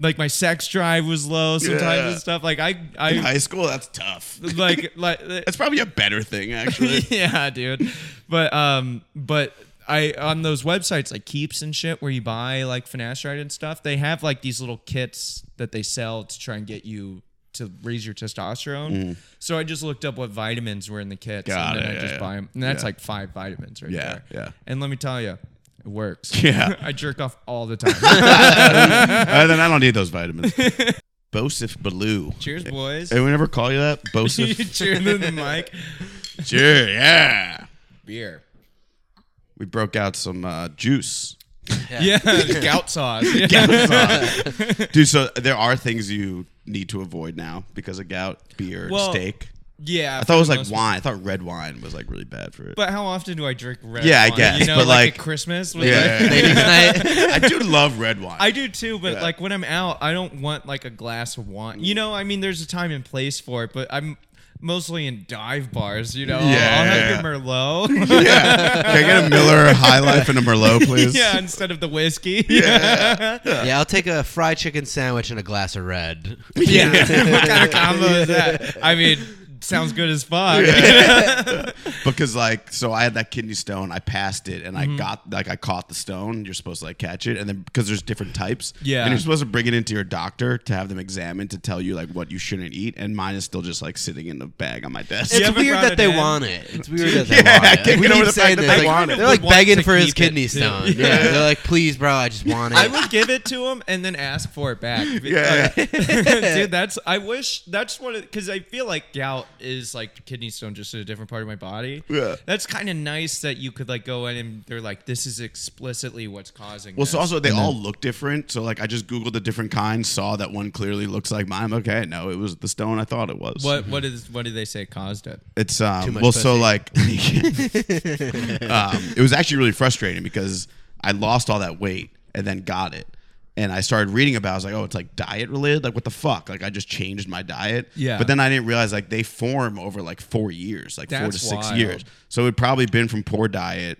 like my sex drive was low sometimes Yeah. and stuff. Like I In [LAUGHS] I high school, that's tough. like like That's probably a better thing, actually. [LAUGHS] yeah, dude. But um, but I on those websites like Keeps and shit where you buy like finasteride and stuff, they have like these little kits that they sell to try and get you to raise your testosterone. So I just looked up what vitamins were in the kits, Mm. Got and then it, I yeah, just yeah. buy them. And that's Yeah. like five vitamins right Yeah, there. yeah. And let me tell you, it [LAUGHS] works. Yeah. [LAUGHS] I jerk off all the time. [LAUGHS] Uh, then I don't need those vitamins. Bosif Baloo. Cheers, boys. [LAUGHS] Anyone ever call you that? you Bosif. cheer into the mic. sure, yeah. Beer. We broke out some uh, juice. Yeah, [LAUGHS] gout [LAUGHS] sauce. Yeah. Dude, so there are things you need to avoid now because of gout, beer, and Well, steak. [LAUGHS] yeah. I thought it was like wine. I thought red wine was like really bad for it. But how often do I drink red? Yeah, I wine? guess, You know, but, like, like- at Christmas. with, like- yeah, [LAUGHS] Ladies' [LAUGHS] I night. do love red wine. I do too, but Yeah. like when I'm out, I don't want like a glass of wine. You know, I mean, there's a time and place for it, but I'm mostly in dive bars. You know, I'll- Yeah. I'll have your [LAUGHS] Merlot. yeah. Can I get a Miller High Life and a [LAUGHS] Merlot, please? yeah, instead of the whiskey. Yeah, Yeah, I'll take a fried chicken sandwich and a glass of red. [LAUGHS] yeah. [LAUGHS] what kind of combo is that? I mean, sounds good as fuck. because like so i had that kidney stone i passed it and Mm-hmm. i got like i caught the stone you're supposed to like catch it and then because there's different types Yeah. and you're supposed to bring it into your doctor to have them examine to tell you like what you shouldn't eat and mine is still just like sitting in a bag on my desk It's haven't weird brought that it they in? want it. It's weird that they Yeah, I want can't it. get we over keep the fact saying that this. they [LAUGHS] like, want it. They're like Would want begging to for his keep it, kidney too. stone. Yeah. Yeah. they're like, please, bro, [LAUGHS] I just want it. I would give it to him and then ask [LAUGHS] for it back. Yeah. [LAUGHS] [LAUGHS] Like, dude, that's I wish that's what because I feel like gout is like kidney stone, just in a different part of my body. Yeah. That's kind of nice that you could like go in and they're like, this is explicitly what's causing. Well, this. so also they all look different. So like I just googled the different kinds, saw that one clearly looks like mine. Okay, no, it was the stone I thought it was. what what is what did they say caused it? It's um. Too much well, so pussy. like, [LAUGHS] [LAUGHS] um, it was actually really frustrating because I lost all that weight and then got it. And I started reading about. It. I was like, "Oh, it's like diet related. Like, what the fuck? Like, I just changed my diet." Yeah. But then I didn't realize like they form over like four years, like four to That's six wild. years. So it probably been from poor diet,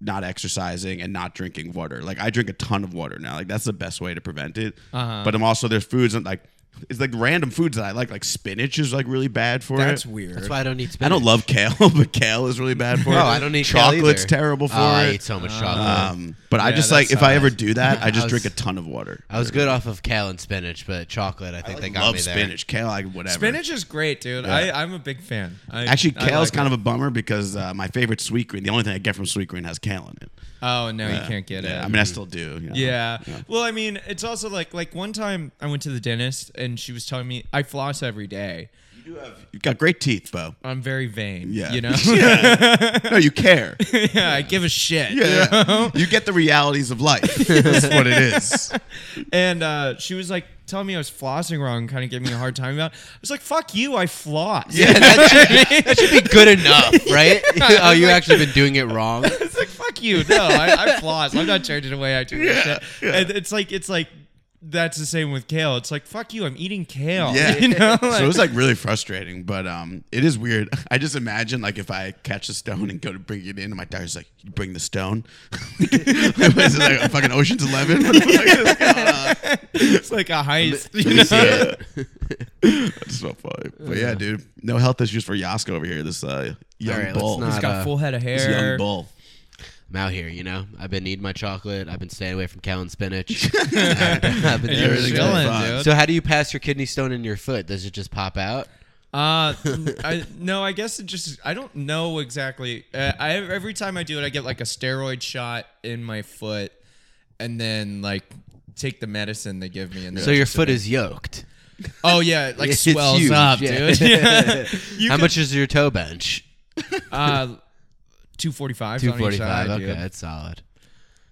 not exercising, and not drinking water. Like I drink a ton of water now. Like that's the best way to prevent it. Uh-huh. But I'm also there's foods and like it's like random foods that I like. Like spinach is like really bad for it. That's weird. That's why I don't need spinach. I don't love kale, [LAUGHS] but kale is really bad for No, it. I don't need kale chocolate's either. terrible for Oh, I it. eat so much chocolate. um, but I Yeah, just that like if I ever sucks. do that, I just [LAUGHS] I drink a was- ton of water. I was good off of kale and spinach, but chocolate, I think they got love me there. spinach, kale, like whatever. Spinach is great, dude. I, I'm a big fan. I, Actually, kale's kind of a bummer because uh, my favorite sweet green, the only thing I get from sweet green has kale in it. of. Oh no, you can't get Yeah, it. I mean, I still do. you know. Yeah. Well, I mean, it's also like like one time I went to the dentist and she was telling me I floss every day. You've got great teeth, Bo. I'm very vain. Yeah. You know. [LAUGHS] [LAUGHS] No, you care. yeah. I give a shit. Yeah. you get the realities of life. That's what it is. And uh, she was like telling me I was flossing wrong, kind of giving me a hard time about. It. I was like, "Fuck you, I floss." [LAUGHS] [LAUGHS] Yeah, that should, that should be good [LAUGHS] enough, right? oh, you actually been doing it wrong. It's like fuck you. No, I, I floss. I'm not changing the way I do this shit. And it's like it's like that's the same with kale. It's like fuck you. I'm eating kale. Yeah. [LAUGHS] You know. Like, so it was like really frustrating, but um, it is weird. [LAUGHS] I just imagine like if I catch a stone and go to bring it in, and my daughter's like, "You bring the stone?" [LAUGHS] was it like a fucking Ocean's Eleven? [LAUGHS] What the fuck is going on? it's like a heist. You know? Yeah. [LAUGHS] That's so funny. But yeah, dude, no health issues for Yasko over here. This uh, young All right, let's bull, not- He's got Uh, full head of this hair. young bull. I'm out here, you know. I've been eating my chocolate. I've been staying away from kale and spinach. [LAUGHS] I've been doing Everything's good. been chilling, fine. dude. So, how do you pass your kidney stone in your foot? Does it just pop out? Uh, I, no, I guess it just, I don't know exactly. Uh, I, every time I do it, I get like a steroid shot in my foot and then like take the medicine they give me. And So your foot is yoked. oh yeah, it, [LAUGHS] like It's swells huge, up, yeah. dude. [LAUGHS] Yeah. [LAUGHS] You How could- much is your toe bench? Uh, 245. Two forty-five. Side, Okay, dude. that's solid.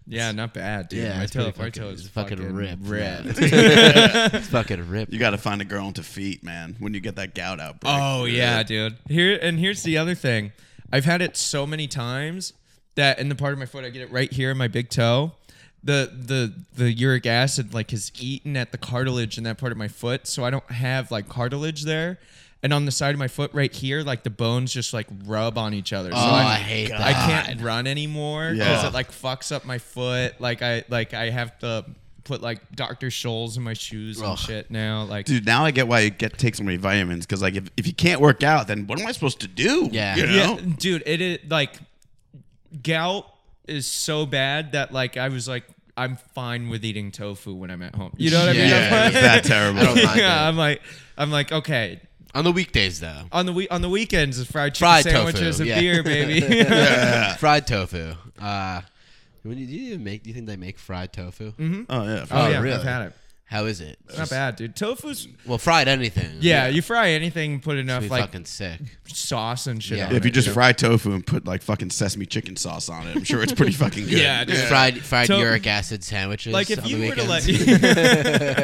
Yeah, not bad, dude. Yeah, my it's toe, pretty my fucking- toe is it's fucking ripped, It's fucking ripped. You got to find a girl into feet, man. When you get that gout outbreak. Oh yeah, dude. Here and here's the other thing. I've had it so many times that in the part of my foot I get it right here in my big toe. The the the uric acid like has eaten at the cartilage in that part of my foot, so I don't have like cartilage there. And on the side of my foot right here, like the bones just like rub on each other. So Oh, I'm- I hate that. I can't run anymore because Yeah. it like fucks up my foot. Like I like I have to put like Dr. Scholl's in my shoes and Ugh. shit now. Like Dude, now I get why you get take so many vitamins because like if, if you can't work out, then what am I supposed to do? Yeah. you know? Yeah, dude, it is like gout is so bad that like I was like I'm fine with eating tofu when I'm at home. You know what I mean? Yeah, Yeah, I'm it's like- that terrible. I don't mind [LAUGHS] yeah, it. I'm like I'm like okay. On the weekdays, [LAUGHS] though, On the we- on the weekends, it's fried chicken Fried tofu, sandwiches and yeah. [LAUGHS] beer, baby. fried tofu. Uh, when you, do you make? Do you think they make fried tofu? Mm-hmm. [LAUGHS] Oh yeah. [LAUGHS] oh, yeah, really? I've had it. How is it? It's Not bad, dude. Tofu's Well, fried anything. yeah. You fry anything, put It'd enough be like fucking sick. sauce and shit. Yeah. on If you it, just know? fry tofu and put like fucking sesame chicken sauce on it, I'm sure it's pretty fucking good. Yeah, dude. Just fried fried So- uric acid sandwiches. like if on you the were to [LAUGHS] like weekends. [LAUGHS]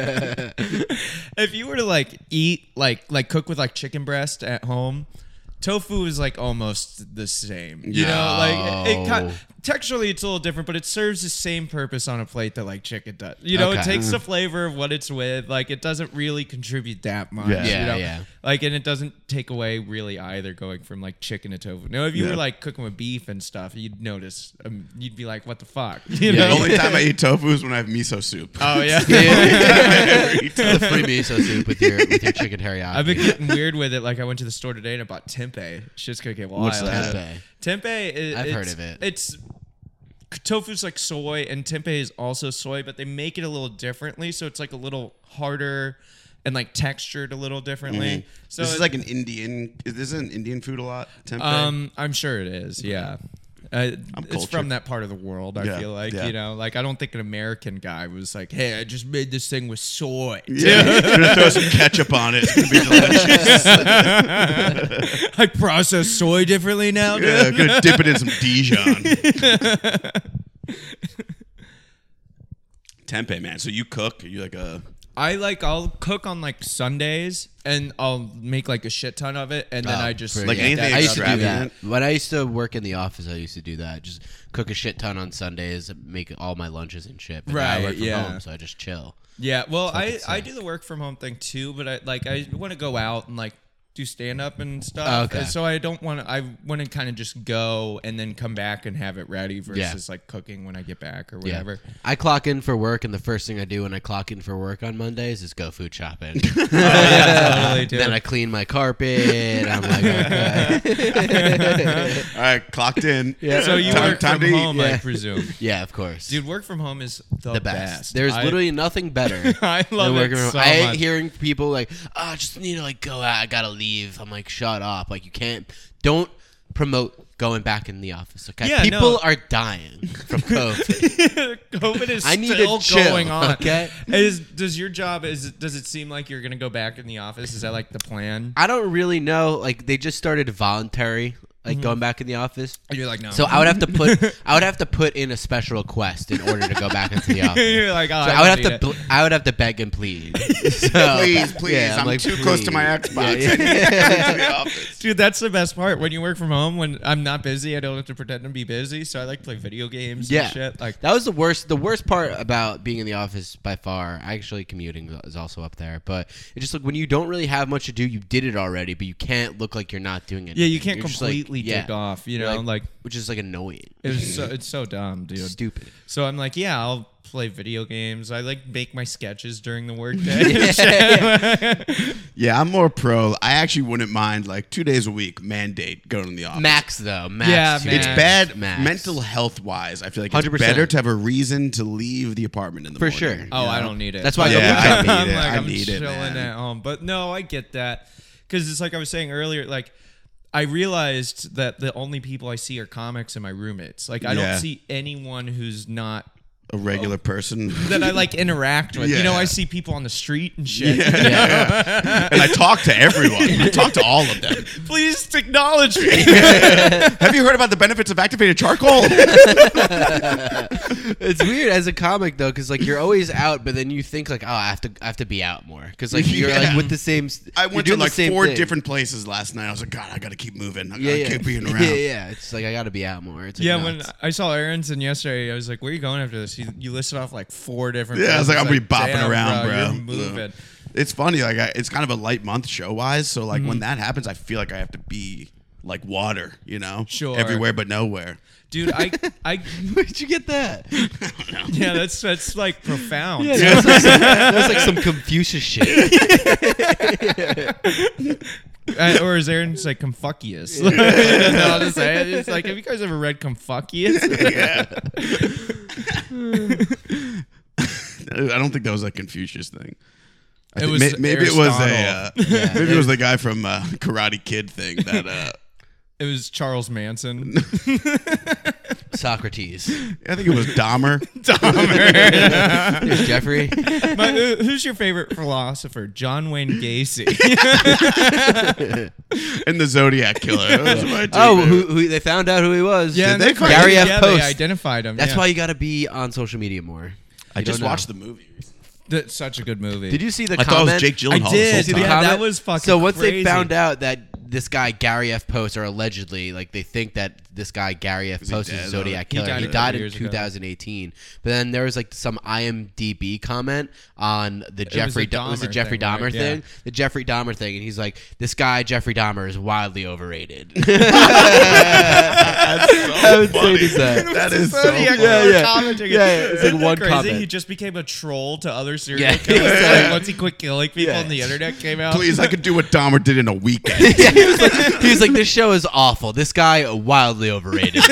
if you were to like eat like like cook with like chicken breast at home tofu is like almost the same you know like it, it kind No. texturally it's a little different but it serves the same purpose on a plate that like chicken does you know Okay. it takes the flavor of what it's with like it doesn't really contribute that much Yeah. you Yeah, know? yeah. like and it doesn't take away really either going from like chicken to tofu now if you Yeah. were like cooking with beef and stuff you'd notice um, you'd be like what the fuck [LAUGHS] you The know only time I eat tofu is when I have miso soup. oh [LAUGHS] yeah the free miso soup with your with your chicken [LAUGHS] teriyaki. I've been getting weird with it. Like I went to the store today and I bought tempeh. Shit's gonna get wild. What's that? Tempeh. Tempeh. i- I've it's- heard of it. It's tofu's like soy, and tempeh is also soy, but they make it a little differently, so it's like a little harder and like textured a little differently. Mm-hmm. So this is it- like an Indian. Is this an Indian food a lot? Tempeh. um, I'm sure it is. Yeah. Uh, it's cultured. from that part of the world. I Yeah, feel like yeah. you know, like I don't think an American guy was like, "Hey, I just made this thing with soy. Yeah, Just throw some ketchup on it. It's gonna be [LAUGHS] delicious. I process soy differently now." Dude. Yeah, I'm gonna dip it in some [LAUGHS] Dijon. Tempeh, man. So you cook? Are you like a I like I'll cook on like Sundays and I'll make like a shit ton of it, and then Um, I just for- Like eat anything that I used to do that extravagant? when I used to work in the office. I used to do that. Just cook a shit ton on Sundays, make all my lunches and shit. But now I Right, work from yeah. home, so I just chill. Yeah, well, I, it's I do the work from home thing too, but I like I want to go out and like do stand up and Oh, stuff. okay. And So I don't want to. I want to kind of just go and then come back and have it ready versus like cooking when I get back or Yeah. [LAUGHS] whatever. I clock in for work, and the first thing I do when I clock in for work on Mondays is go food shopping. [LAUGHS] totally do. Oh, then I clean my carpet. I'm like, okay. [LAUGHS] all right? Clocked in. Yeah. so you Time- work time to from eat, home, I yeah. presume. [LAUGHS] [LAUGHS] yeah, of course. Dude, work from home is the, the best. best. There's I- literally nothing better. [LAUGHS] I love than it working from- so I hate much. hearing people like, "Ah, I just need to like go out. I gotta leave." I'm like, "Shut up! Like you can't. Don't promote going back in the office. Okay, Yeah, people no. are dying [LAUGHS] from COVID. COVID is I need to still chill, going on. okay? Is does your job is does it seem like you're gonna go back in the office? Is that like the plan? I don't really know. Like they just started voluntary, like Mm-hmm. going back in the office. You're like no. So I would have to put [LAUGHS] I would have to put in a special request in order to go back into the office. You're like, oh, So I I would don't have to need ble- I would have to beg and plead. [LAUGHS] So, Please, please. Oh, yeah, I'm, like, too close to my please. Xbox. Yeah, I yeah. need to go into the [LAUGHS] office. Dude, that's the best part. When you work from home, when I'm not busy, I don't have to pretend to be busy. So I like play video games Yeah. and shit. Like That was the worst. The worst part about being in the office by far. Actually, commuting is also up there. But it's just like when you don't really have much to do, you did it already, but you can't look like you're not doing it. yeah, you can't You're just like- completely yeah. take off. You know, You're like, which is like annoying, [LAUGHS] it's so, it's so dumb, dude. stupid. So I'm like, yeah, I'll play video games. I like make my sketches during [LAUGHS] the workday. Yeah, I'm more pro. I actually wouldn't mind like two days a week mandate going to the office. Max though, Max. Yeah, too. Max. It's bad Max. mental health wise. I feel like it's 100%. better to have a reason to leave the apartment in the For morning. sure. Oh, I don't need it. That's why I Like, go Yeah, I workout. need I'm it. like, I I'm need it, chilling man. at home. But no, I get that because it's like I was saying earlier. Like I realized that the only people I see are comics and my roommates. Like I Yeah. don't see anyone who's not Oh. A regular [LAUGHS] person. [LAUGHS] that I like interact with. You know, Yeah. I see people on the street and shit. [LAUGHS] and I talk to everyone. I talk to all of [LAUGHS] them. Please acknowledge [LAUGHS] me. Have you heard about the benefits of activated [LAUGHS] charcoal? [LAUGHS] it's weird as a comic though, because like you're always out, but then you think like, oh, I have to, I have to be out more, because like you're Yeah. like with the same. s- I you're went to doing the like same four thing. different places last night. I was like, God, I gotta keep moving. I gotta Yeah, yeah. keep being around. [LAUGHS] Yeah, yeah. It's like I gotta be out more. It's like, yeah, no, when it's- I saw Aaronson yesterday, I was like, "Where are you going after this?" You, you listed off like four different. Yeah, I was like, I'm places. gonna be bopping "Damn, around, bro. You're moving. Yeah. It's funny, like I, it's kind of a light month show wise. So like Mm. when that happens, I feel like I have to be like water, you know, Sure. everywhere but nowhere. [LAUGHS] dude. I, I [LAUGHS] [LAUGHS] Where'd you get that? Yeah, that's that's like profound. Yeah, that was like [LAUGHS] some, that was like some Confucius shit. Uh, or is Aaron's like Confucius? [LAUGHS] I don't know how to say it. It's like, have you guys ever read Confucius? [LAUGHS] [LAUGHS] Yeah. I don't think that was a Confucius thing. I It think was may- maybe it was a [LAUGHS] uh, Aristotle. maybe it was the guy from uh, Karate Kid thing that uh, It was Charles [LAUGHS] Manson. Socrates. I think it was [LAUGHS] Dahmer. [LAUGHS] There's Jeffrey. My, who- uh, who's your favorite philosopher? John Wayne [LAUGHS] Gacy. and the Zodiac Killer. Those are my two Oh, favorites. who, who they found out who he was. Did they find- Gary F. Yeah, Post. they identified him. That's yeah. why you gotta be on social media more. I You just don't know. watched the movie. That's such a good movie. Did you see the I thought it was comment? Jake I Gyllenhaal. did. This whole Yeah, time. The that was fucking. So once they crazy. found [LAUGHS] out that this guy Gary F. Post, or allegedly, like they think that this guy Gary F. he Post is dead a Zodiac already? killer. He died, He died a couple in years ago. 2018. But then there was like some IMDb comment on the Jeffrey the Da- it was the Dahmer Jeffrey thing, Dahmer right? Yeah. thing, the Jeffrey Dahmer thing, and he's like, this guy Jeffrey Dahmer is wildly [LAUGHS] overrated. [LAUGHS] How insane is that? that is so. Zodiac funny. Yeah, killer yeah. commenting. Yeah, yeah, it's like Isn't that one crazy? comment. He just became a troll to other serial Yeah. killers. Yeah. [LAUGHS] Like, once he quit killing people Yeah. and the internet came out, Please, I could do what Dahmer did in a [LAUGHS] weekend. he was like, he was like, this show is awful. This guy wildly overrated. [LAUGHS]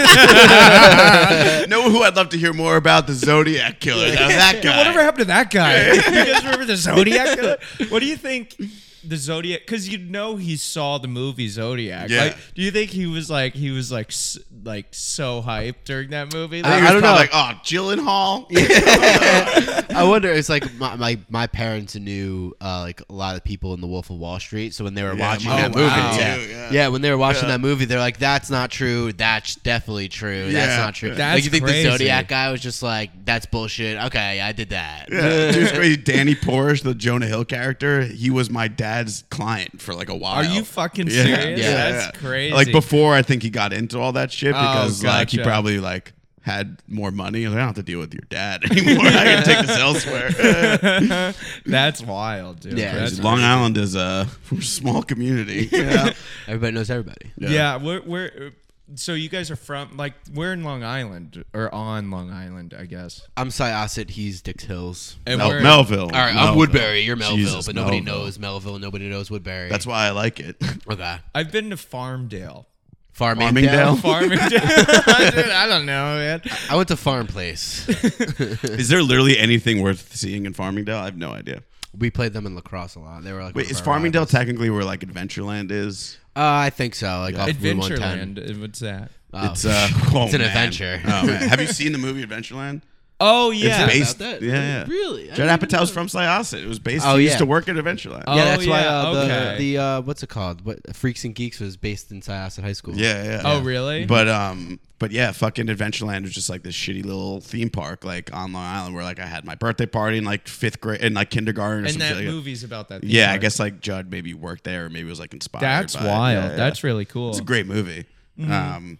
[LAUGHS] know who I'd love to hear more about? The Zodiac Killer. Now that guy. [LAUGHS] [LAUGHS] Whatever happened to that guy? you guys remember the Zodiac Killer? What do you think the Zodiac because you know he saw the movie Zodiac. Yeah. Like, do you think he was like he was like s- like so hyped during that movie? I, think Like, I it was don't know. probably Like, oh, Gyllenhaal. [LAUGHS] I wonder. It's like my, my, my parents knew uh, like a lot of people in The Wolf of Wall Street. So when they were Yeah, watching mine that too, movie, yeah. yeah. yeah, Yeah. when they were watching Yeah. that movie, they're like, "That's not true. That's definitely true. That's Yeah. not true." That's like you think crazy. the Zodiac guy was just like, "That's bullshit." Okay, I did that. Yeah, [LAUGHS] dude's crazy. Danny Porish, the Jonah Hill character, he was my dad's client for like a while. are you fucking Yeah, serious? yeah, That's crazy. Like before, I think he got into all that shit Oh, because like he gotcha. probably like had more money. He's Like, I don't have to deal with your dad [LAUGHS] anymore. I can take [LAUGHS] this elsewhere. That's wild, dude. Yeah. That's Long Island is a [LAUGHS] small community. Yeah. Everybody knows everybody. Yeah, we're we're so you guys are from like we're in Long Island or on Long Island, I guess. I'm Syosset. He's Dix Hills. [LAUGHS] And Mel- we're- Melville. All right, I'm Melville. Woodbury. You're Melville, Jesus, but nobody Melville. knows Melville. Nobody knows Woodbury. That's why I like it. [LAUGHS] okay. I've been to Farmdale. Farmingdale. Farmingdale? Farmingdale. Dude, [LAUGHS] I don't know, man. I went to Farm Place. Is there literally anything worth seeing in Farmingdale? I have no idea. we played them in lacrosse a lot. They were like, Wait, one is of our Farmingdale technically where like Adventurland is? Uh, I think so. Like off Route 110. Adventureland. What's that? Oh, It's uh, [LAUGHS] oh, [LAUGHS] it's an man. adventure. Oh, [LAUGHS] man. Have you seen the movie Adventureland? Oh yeah. It's based. that? Yeah, yeah. Really? I Judd didn't Apatow's from Syosset. It was based. Oh, he used yeah. to work at Adventureland. Oh, yeah, that's why yeah, uh, the okay. the uh, what's it called? What Freaks and Geeks was based in Syosset High School. Yeah, yeah. Oh, [LAUGHS] really? But um, but yeah, fucking Adventureland was just like this shitty little theme park, like on Long Island, where like I had my birthday party in like fifth grade, in like kindergarten, or and something. that Like that. movie's about that. theme Yeah, I park. guess like Judd maybe worked there, or maybe was like inspired. that's by it. wild. Yeah, yeah. That's really cool. it's a great movie. Um,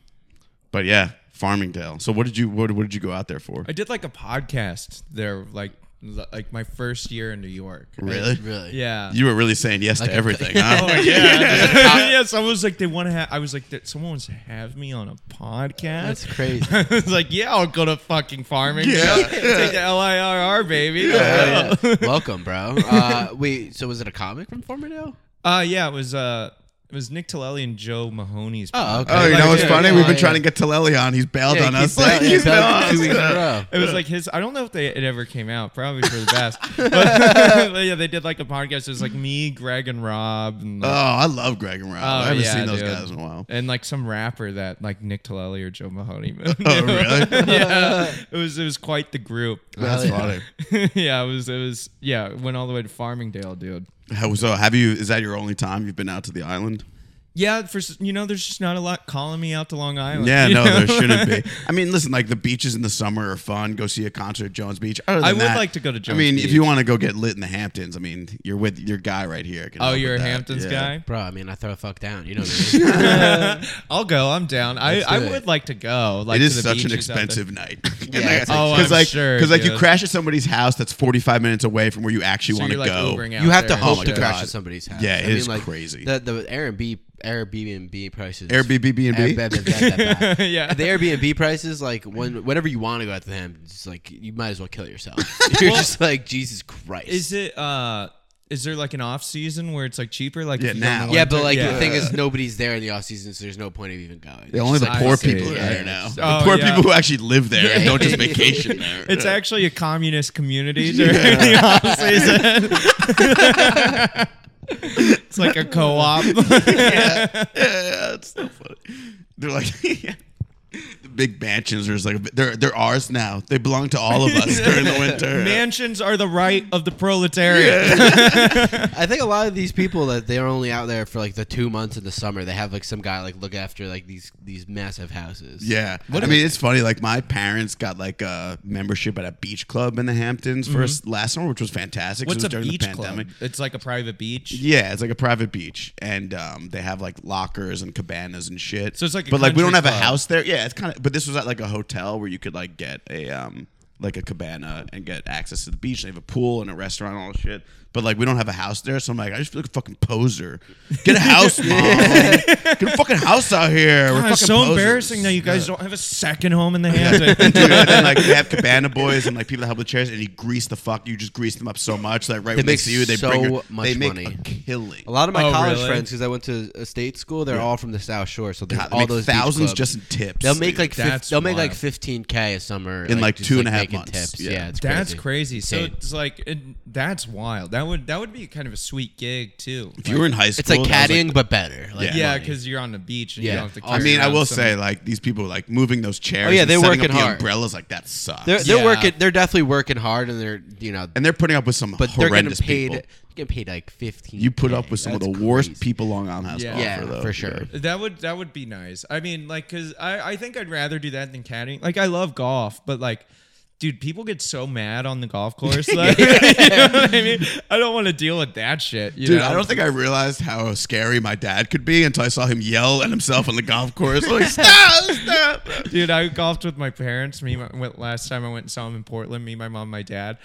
but yeah, Farmingdale. So what did you what, what did you go out there for? I did like a podcast there, like like my first year in New York. Really? Really? Yeah. You were really saying yes to everything. huh? Oh [LAUGHS] yeah, yeah. Someone was like, they want to have. I was like, that someone wants to have me on a That's podcast. crazy. [LAUGHS] I was like, yeah, I'll go to fucking farming. Yeah. [LAUGHS] take the L I R R, baby. Yeah, yeah. Welcome, bro. Uh, wait, so was it a comic from Farmingdale? [LAUGHS] Uh, yeah, it was uh, it was Nick Tillelli and Joe Mahoney's. Oh, okay. Oh, you know what's Yeah, funny? yeah, We've been yeah. trying to get Taleli on. He's bailed on he us. [LAUGHS] keeps Like, out- he's he's out bailed two weeks in on a [LAUGHS] us. row. It was like his. I don't know if they it ever came out. Probably for the best. But, but [LAUGHS] yeah, they did like a podcast. It was like me, Greg, and Rob, and Oh, like, I love Greg and Rob. Oh, I haven't Oh, yeah, seen those dude. guys in a while. and like some rapper that like Nick Tillelli or Joe Mahoney. [LAUGHS] [LAUGHS] Oh, really? yeah, it was it was quite the group. That's yeah. funny. [LAUGHS] yeah, it was it was yeah. It went all the way to Farmingdale, dude. How, so, have you? Is that your only time you've been out to the island? Yeah, for s- you know, there's just not a lot calling me out to Long Island. Yeah, you [LAUGHS] no, know? there shouldn't be. I mean, listen, like the beaches in the summer are fun. Go see a concert at Jones Beach. Other than I would that, like to go to I Jones mean, if Beach. you want to go get lit in the Hamptons, I mean, you're with your guy right here. can Oh, help you're a with that. Hamptons Yeah. [LAUGHS] guy. [LAUGHS] Bro, I mean, I throw a fuck down. You know what I mean? I'll go. I'm down. I, Let's I do it. would like to go. Like It to is the such an beaches out there. expensive night. [LAUGHS] Yeah, it's Oh, because expensive. I'm like, sure, like you dude. crash at somebody's house that's 45 minutes away from where you actually So want to you're like go. Oh Ubering out You have to there. hope my to God. [LAUGHS] [LAUGHS] crash at somebody's house. Yeah, it it is is crazy. The, the Airbnb Airbnb prices. Airbnb and B. Airbnb. Yeah. The Airbnb prices, like when whenever you want to go out to them, it's like you might as well kill [LAUGHS] yourself. You're just like Jesus Christ. Is it uh? Is there like an off season where it's like cheaper? Like Yeah, if you now. don't want yeah, to- but like yeah. the thing is, nobody's there in the off season, so there's no point of even going. Yeah, [LAUGHS] only the I poor see. people are Yeah. there now. Oh, the poor yeah. people who actually live there and Yeah. don't [LAUGHS] just vacation there. It's actually a [LAUGHS] communist community during the off season. [LAUGHS] it's like [LAUGHS] a co-op. yeah, it's so funny. They're like, [LAUGHS] the big mansions are just like they're they're ours now. They belong to all of us during the [LAUGHS] winter. Mansions are the right of the proletariat. I think a lot of these people that they're only out there for like the two months in the summer, they have like some guy like look after like these these massive houses. Yeah, I mean it's funny. Like my parents got like a membership at a beach club in the Hamptons for us last summer, which was fantastic. 'cause Mm-hmm. it What's a was during beach the club? pandemic. It's like a private beach. Yeah, it's like a private beach, and um, they have like lockers and cabanas and shit. So it's like a but like we don't country have a club. house there. Yeah, it's kind of. But this was at like a hotel where you could like get a um like a cabana and get access to the beach. They have a pool and a restaurant and all that shit. But like we don't have a house there, so I'm like, I just feel like a fucking poser. Get a [LAUGHS] house, mom. get a fucking house out here. We're God, fucking it's so posers. embarrassing that you guys don't have a second home in the Hamptons. [LAUGHS] Dude, and then like they have cabana boys and like people that help with chairs, and you grease the fuck. You just grease them up so much that right when they make see you, they so bring your, much they make money. a killing. A lot of my Oh, college really? friends, because I went to a state school, they're all from the South Shore, so there's God, they all make those beach thousands clubs. just in tips. They'll make dude. like fif- That's they'll make like wild. fifteen k a summer in like just, two and a half making months. tips. Yeah, Yeah. it's crazy. That's crazy. So Insane. it's like it, that's wild. That would that would be kind of a sweet gig too. If you were in high school, It's like that was, caddying, but better. Like, Yeah. yeah, money. because you're on the beach and Yeah. you don't have to. I I carry mean, I around will some- say, like these people, like moving those chairs. Oh, yeah, and they're setting up working the hard. Umbrellas like that sucks. they're they're Yeah. working. They're definitely working hard, and they're you know, and they're putting up with some but they're getting horrendous paid. people. Getting paid like fifteen. You put up with some of the That's worst crazy. people Long Island has to Yeah. offer, Yeah, though. for sure. That would that would be nice. I mean, like, cause I I think I'd rather do that than caddying. Like, I love golf, but like, dude, people get so mad on the [LAUGHS] golf course. Like, [LAUGHS] you know what I mean, I don't want to deal with that shit. You Dude, know? I don't think I realized how scary my dad could be until I saw him yell at himself on the golf course. Like, stop, [LAUGHS] stop. Dude, I golfed with my parents. Me, my, went- last time I went and saw them in Portland. Me, my mom, my dad.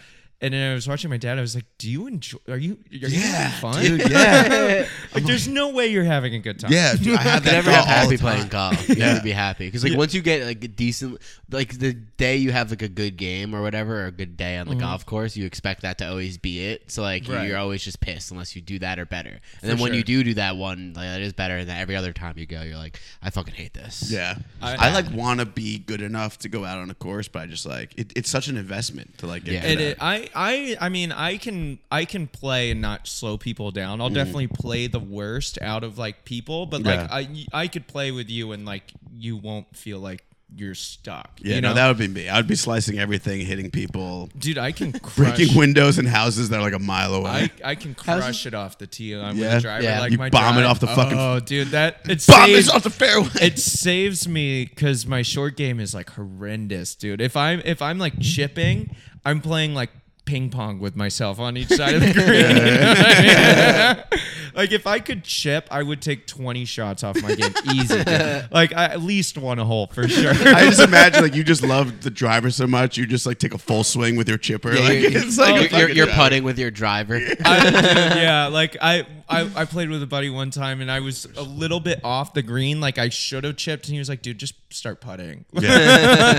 And then I was watching my dad. I was like, "Do you enjoy? Are you? Are you Yeah, having fun? [LAUGHS] dude, yeah. like, there's no way you're having a good time. Yeah, dude, I had You that never thought all have happy the playing time. golf. You have to be happy because like once you get like a decent, like the day you have like a good game or whatever, or a good day on the golf course, you expect that to always be it. So like you- Right. you're always just pissed unless you do that or better. And then when sure. you do do that one, like that is better. And then every other time you go, you're like, I fucking hate this. Yeah, I, I- like want to be good enough to go out on a course, but I just like it, it's such an investment to like get Yeah. yeah. And it, I, I, I mean, I can, I can play and not slow people down. I'll definitely play the worst out of like people, but Mm. like Yeah. I, I could play with you and like you won't feel like you're stuck. Yeah, you no, that would be me. I'd be slicing everything, hitting people, dude, I can [LAUGHS] crush. breaking windows and houses that are like a mile [LAUGHS] I, away. I can crush it off the tee on with Yeah. the driver. Yeah. Like You my bomb it drive- off the fucking- Oh, dude, that it Bomb saves, is off the fairway. it saves me because my short game is like horrendous, dude. If I'm if I'm like chipping, I'm playing like ping pong with myself on each [LAUGHS] side of the green. You know what I mean? [LAUGHS] like if I could chip, I would take 20 shots off my game easy. dude. [LAUGHS] Like I at least one a hole for sure. I [LAUGHS] just imagine like you just love the driver so much, you just like take a full swing with your chipper. Yeah, like you're, [LAUGHS] it's like a Oh, you're- fucking you're- you're driver. putting with your driver. I- dude, yeah, like I, I I played with a buddy one time and I was a little bit off the green, like I should have chipped, and he was like, "Dude, just start putting." [LAUGHS] Yeah. [LAUGHS] [LAUGHS]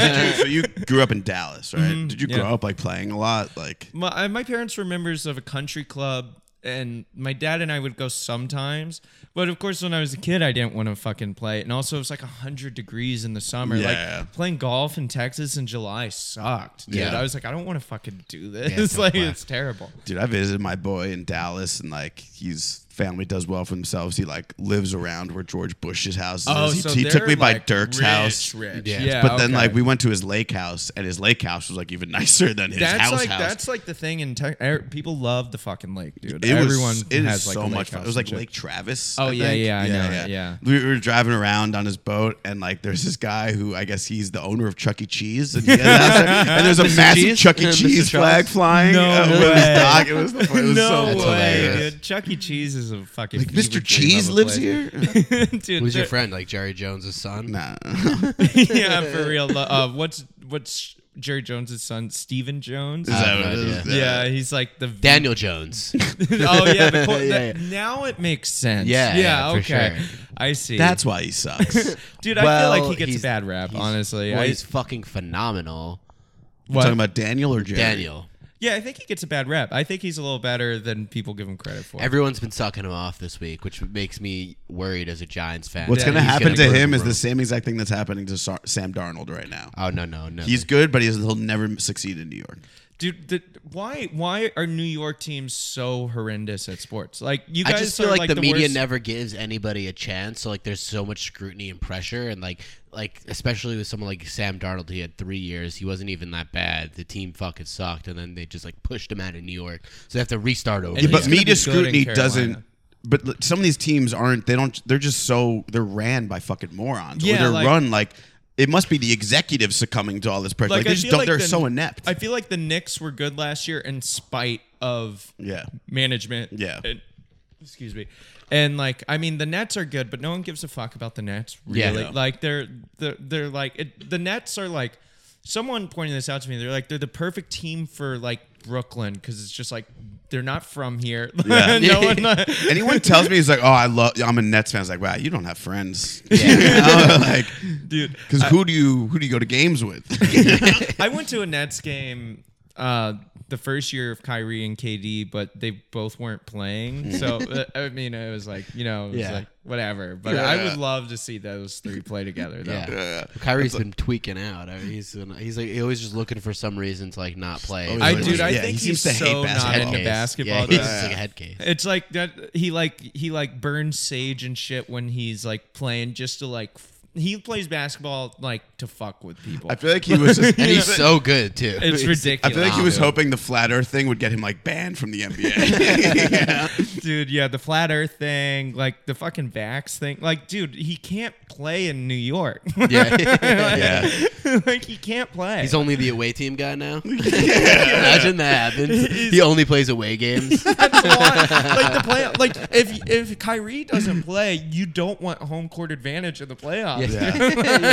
Mm-hmm, Did you- so you grew up in Dallas, right? Did you grow yeah. up like playing a lot? Like My I- my parents were members of a country club, and my dad and I would go sometimes. But of course, when I was a kid, I didn't want to fucking play. And also, it was like hundred degrees in the summer. Yeah. Like playing golf in Texas in July sucked, dude. Yeah. I was like, I don't want to fucking do Yeah, this. [LAUGHS] it's like not fun. it's terrible. Dude, I visited my boy in Dallas, and like his family does well for themselves. He like lives around where George Bush's house is. he, he took they're, me by like, Dirk's rich, house, rich. Yeah. Yeah. but then okay. like we went to his lake house, and his lake house was like even [LAUGHS] nicer than his That's house like house. that's like the thing in Tex- er, people love the fucking lake, dude. it Everyone was, it is has like so a lake much fun. house It was and like shit. Lake Travis. Oh, I yeah, think. yeah, I know it, yeah. We were driving around on his boat, and like there's this guy who I guess he's the owner of Chuck E. Cheese, and, he has a [LAUGHS] house there, and there's a Mr. massive Cheese? Chuck E. Mr. Cheese Charles? flag flying. No uh, with his way. dog. It was, the, it was so funny. no That's way, hilarious. dude. Chuck E. Cheese is a fucking. Like fever Mr. dream Cheese of a lives place. here. [LAUGHS] dude. Who's your they're- friend? Like Jerry Jones' son? Nah. [LAUGHS] [LAUGHS] yeah, for real. Lo- Uh, what's what's Jerry Jones' son, Steven Jones? Uh, Is that have what no it is? yeah, he's [LAUGHS] like the Daniel Jones. [LAUGHS] oh [LAUGHS] yeah, the cor- Yeah, that- now it makes sense. Yeah, yeah, yeah, for okay. sure. I see. That's why he sucks. dude. I feel Well, like he gets he's- a bad rap. Honestly, well, I, he's fucking phenomenal. We're [LAUGHS] what? talking about Daniel or Jerry? Daniel. yeah, I think he gets a bad rap. I think he's a little better than people give him credit for. Everyone's been sucking him off this week, which makes me worried as a Giants fan. What's that going to he's happen to gonna him is grow- the same exact thing that's happening to Sar- Sam Darnold right now. Oh no no no! He's good, but he's, he'll never succeed in New York. Dude, the, why why are New York teams so horrendous at sports? Like you I guys just feel are like, like the, media worst- never gives anybody a chance. So like, there's so much scrutiny and pressure, and like, like especially with someone like Sam Darnold, he had three years. He wasn't even that bad. The team fucking sucked, and then they just like pushed him out of New York, so they have to restart over. Yeah, but he's gonna media be good in scrutiny Carolina. doesn't. But look, some of these teams aren't. They don't. They're just so they're ran by fucking morons. or Yeah, they're like- run like it must be the executives succumbing to all this pressure. Like, they I just feel don't. like they're the- so inept. I feel like the Knicks were good last year in spite of yeah. management. Yeah. And- excuse me. And like, I mean, the Nets are good, but no one gives a fuck about the Nets. Yeah. Really, No. like they're they're, they're like it, the Nets are like. Someone pointed this out to me. They're like they're the perfect team for like Brooklyn because it's just like they're not from here. [LAUGHS] Yeah. no [LAUGHS] one. [LAUGHS] Anyone tells me he's like, oh, I love. I'm a Nets fan. It's like, wow, you don't have [LAUGHS] friends. [LAUGHS] You know, like, Dude, [LAUGHS] because who do you who do you go to games with? I went to a Nets game uh, the first year of Kyrie and KD, but they both weren't playing. So uh, I mean, it was like you know, it was Yeah. like whatever. But I Yeah. would love to see those three play together. Though. Yeah. Yeah. Kyrie's been tweaking out. I mean, he's been- he's like he's always just looking for some reason to like not play. always He's I like- dude, I Yeah, think he he's seems to hate so not basketball. head into case. basketball. Yeah, he's that- just like a head case. It's like that he like he like burns sage and shit when he's like playing just to like f- he plays basketball like to fuck with [LAUGHS] people. I feel like he was. Just, [LAUGHS] And he's so good too. [LAUGHS] it's I ridiculous. feel like he was Nah, dude. hoping the flat Earth thing would get him like banned from the NBA. dude, yeah, the flat earth thing, like the fucking vax thing. Like dude, he can't play in New York. [LAUGHS] yeah. [LAUGHS] yeah, like he can't play. He's only the away team [LAUGHS] guy now. [LAUGHS] Imagine that happens. He only plays away [LAUGHS] games. That's the one. like the play like if if Kyrie doesn't play, you don't want home court advantage in the playoffs. Yeah.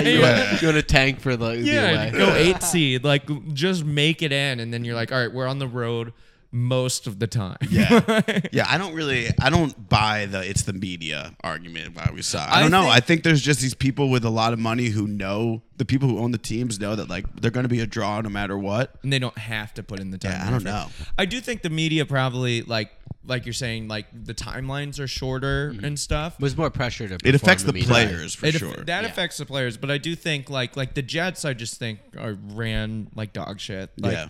you, Yeah. want, you want to tank for the, Yeah, the away. go eight seed. Like, just make it in, and then you're like, all right, we're on the road most of the time. yeah, yeah. [LAUGHS] I don't really, I don't buy the it's the media argument why we suck. I I don't know. think- I think there's just these people with a lot of money who know the people who own the teams know that like they're going to be a draw no matter what. [LAUGHS] and they don't have to put in the time. Yeah, and I don't effort. know. I do think the media probably like like you're saying like the timelines are shorter Mm-hmm. and stuff. There's more pressure to. It perform affects the immediately. players for It aff- sure. that Yeah. affects the players, but I do think like like the Jets, I just think are ran like dog shit. Like, Yeah.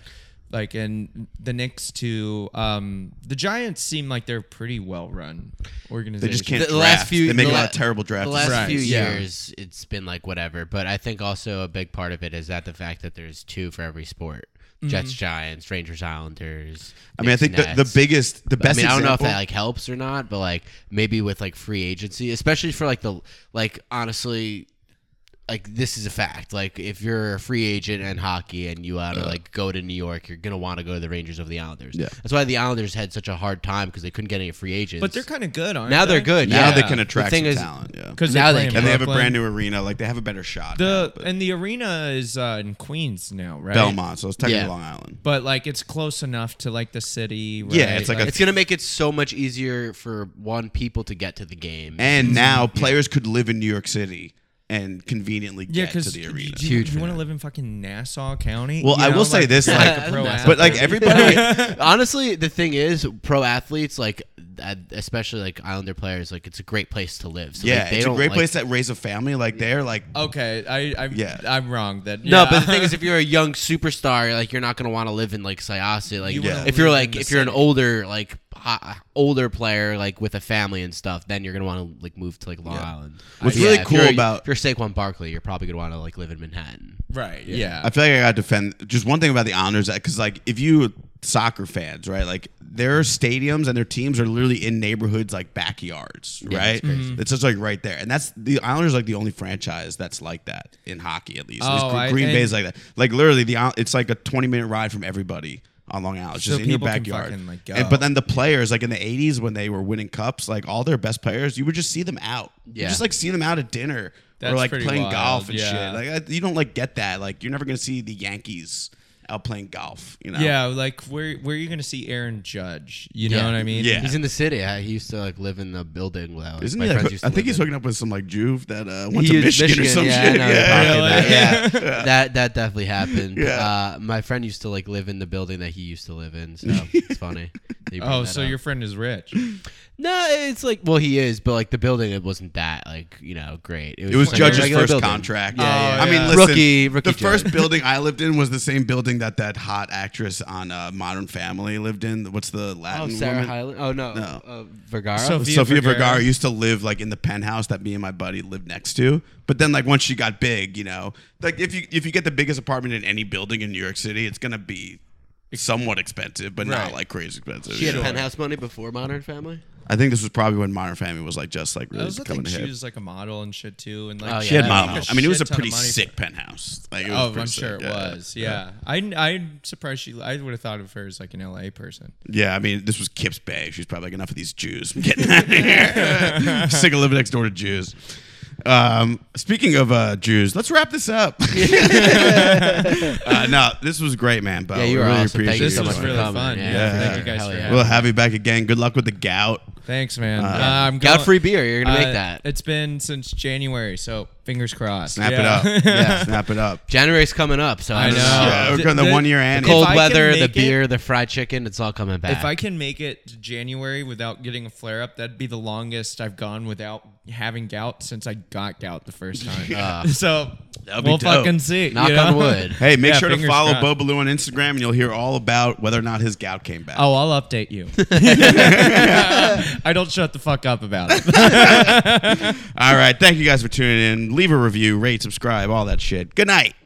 Like and the Knicks too. Um, the Giants seem like they're pretty well run organization. they just can't. The- the last draft. few- they make a the lot la- of terrible draft. The last decisions. few Right, yeah. years, it's been like whatever. But I think also a big part of it is that the fact that there's two for every sport: Mm-hmm. Jets, Giants, Rangers, Islanders. I mean, I Knicks, think the, the Nets. biggest, the I best. mean, I don't know if example- that like helps or not, but like maybe with like free agency, especially for like the like honestly, like this is a fact. Like if you're a free agent in hockey and you want to like go to New York, you're gonna want to go to the Rangers over the Islanders. Yeah. that's why the Islanders had such a hard time because they couldn't get any free agents. but they're kind of good, aren't now they? they're good. Now yeah. they can The attract thing some is, talent. Yeah. because Now they can. And they have a brand new arena. Like they have a better shot. The now, but- and the arena is uh, in Queens now, right? Belmont, so it's technically Yeah. Long Island. but like it's close enough to like the city. Right? Yeah, it's like a It's gonna make it so much easier for one people to get to the game. [LAUGHS] And now players could live in New York City and conveniently yeah, get to because the arena. Do you, Huge for want to that. live in fucking Nassau County? Well, You I know, will say like- this, like like, a [LAUGHS] pro but like athlete. everybody, [LAUGHS] Honestly, the thing is, pro athletes like, uh, especially like Islander players, like it's a great place to live. So, like, yeah, they it's a don't, great like- place to raise a family. Like they're like, okay, I I'm, Yeah. I'm wrong. That No, [LAUGHS] yeah. but the thing is, if you're a young superstar, like you're not gonna want to live in like Syosset. Like You wanna if you're live like in the if you're an city. older like ho- older player like with a family and stuff, then you're gonna want to like move to like Long Island. What's Uh, really if cool you're- about- if you're Saquon Barkley, you're probably gonna want to like live in Manhattan. [LAUGHS] right, yeah. I feel like I got to defend just one thing about the honors that because like if you soccer fans, right? Like their stadiums and their teams are literally in neighborhoods like backyards, right? It's just like right there, and that's the Islanders are, like the only franchise that's like that in hockey at least. At least Oh, Gre- I- Green and- Bay's like that. Like literally, the Isle- it's like a twenty minute ride from everybody. On Long Island, It's So just in your people can backyard. fucking, like, And- but go. then the players, like in the '80s when they were winning cups, like all their best players, you would just see them out. You Yeah. just like see them out at dinner That's or like pretty playing wild, golf and yeah. shit. Like I- you don't like get that. Like you're never gonna see the Yankees out playing golf. You know. Yeah, like where where are you gonna see Aaron Judge? You know Yeah. what I mean? Yeah. He's in the city. I, he used to like live in the building. Where I was- Isn't my he? friends Like, used to I think live he's in. hooking up with some like Juve that uh, went to He used Michigan, or some yeah, I shit. know, you're Yeah. talking about- Really? yeah. that that definitely happened. Yeah. Uh, my friend used to like live in the building that he used to live in, so [LAUGHS] it's funny. that you bring Oh, that so up. your friend is rich. no, it's like well, he is, but like the building, it wasn't that like you know great. It was like, a Judge's regular first building. contract. Yeah, yeah, I mean, yeah. listen, Rookie- rookie the first Judge. building I lived in was the same building that that hot actress on uh, Modern Family lived in. What's the Latin Oh, Sarah woman? Hyland. Oh no, No. Uh, Vergara. So- Sofia Sophia Vergara. Vergara used to live like in the penthouse that me and my buddy lived next to. But then like once she got big, you know, like if you if you get the biggest apartment in any building in New York City, it's gonna be somewhat expensive, but not Right. like crazy expensive. she had you know? penthouse money before Modern Family. I think this was probably when Modern Family was like just like I really was coming like to she hit. was like a model and shit too, and like Oh, She had yeah, model. like, a I mean, it was a shit ton of pretty money for- sick penthouse. Like, it was Oh, pretty I'm sick, sure it yeah. was. Yeah, I I'm surprised she. I would have thought of her as like an LA person. Yeah, I mean, this was Kip's Bay. She's probably like, enough of these Jews. I'm getting out of [LAUGHS] here. Sick of living next door to Jews. Um, speaking of uh, Jews, let's wrap this up. [LAUGHS] uh, no, this was great, man. Bo. Yeah, you We were Oh, really awesome. Thank appreciate you it. so much This was for really coming. fun. Yeah, Yeah, for thank you sure. guys Hell for yeah. having me. We'll have you back again. Good luck with the gout. Thanks, man. Uh, I'm Got going- free beer. You're gonna uh, make that. It's been since January, so fingers crossed. Snap [LAUGHS] [LAUGHS] Yeah. it up. Yeah, snap it up. January's coming up, so I just- know. Yeah, we're The- going the, the- one year the anniversary. Cold I can weather, the make it- beer, the fried chicken, it's all coming back. If I can make it to January without getting a flare up, that'd be the longest I've gone without having gout since I got gout the first time. [LAUGHS] so That'd be we'll dope. fucking see. you Knock know? on [LAUGHS] wood. Hey, make Yeah, sure to fingers follow crossed. Bo Baloo on Instagram, and you'll hear all about whether or not his gout came back. Oh, I'll [LAUGHS] update you. [LAUGHS] I don't shut the fuck up about it. All right, thank you guys for tuning in. Leave a review, rate, subscribe, all that shit. Good night.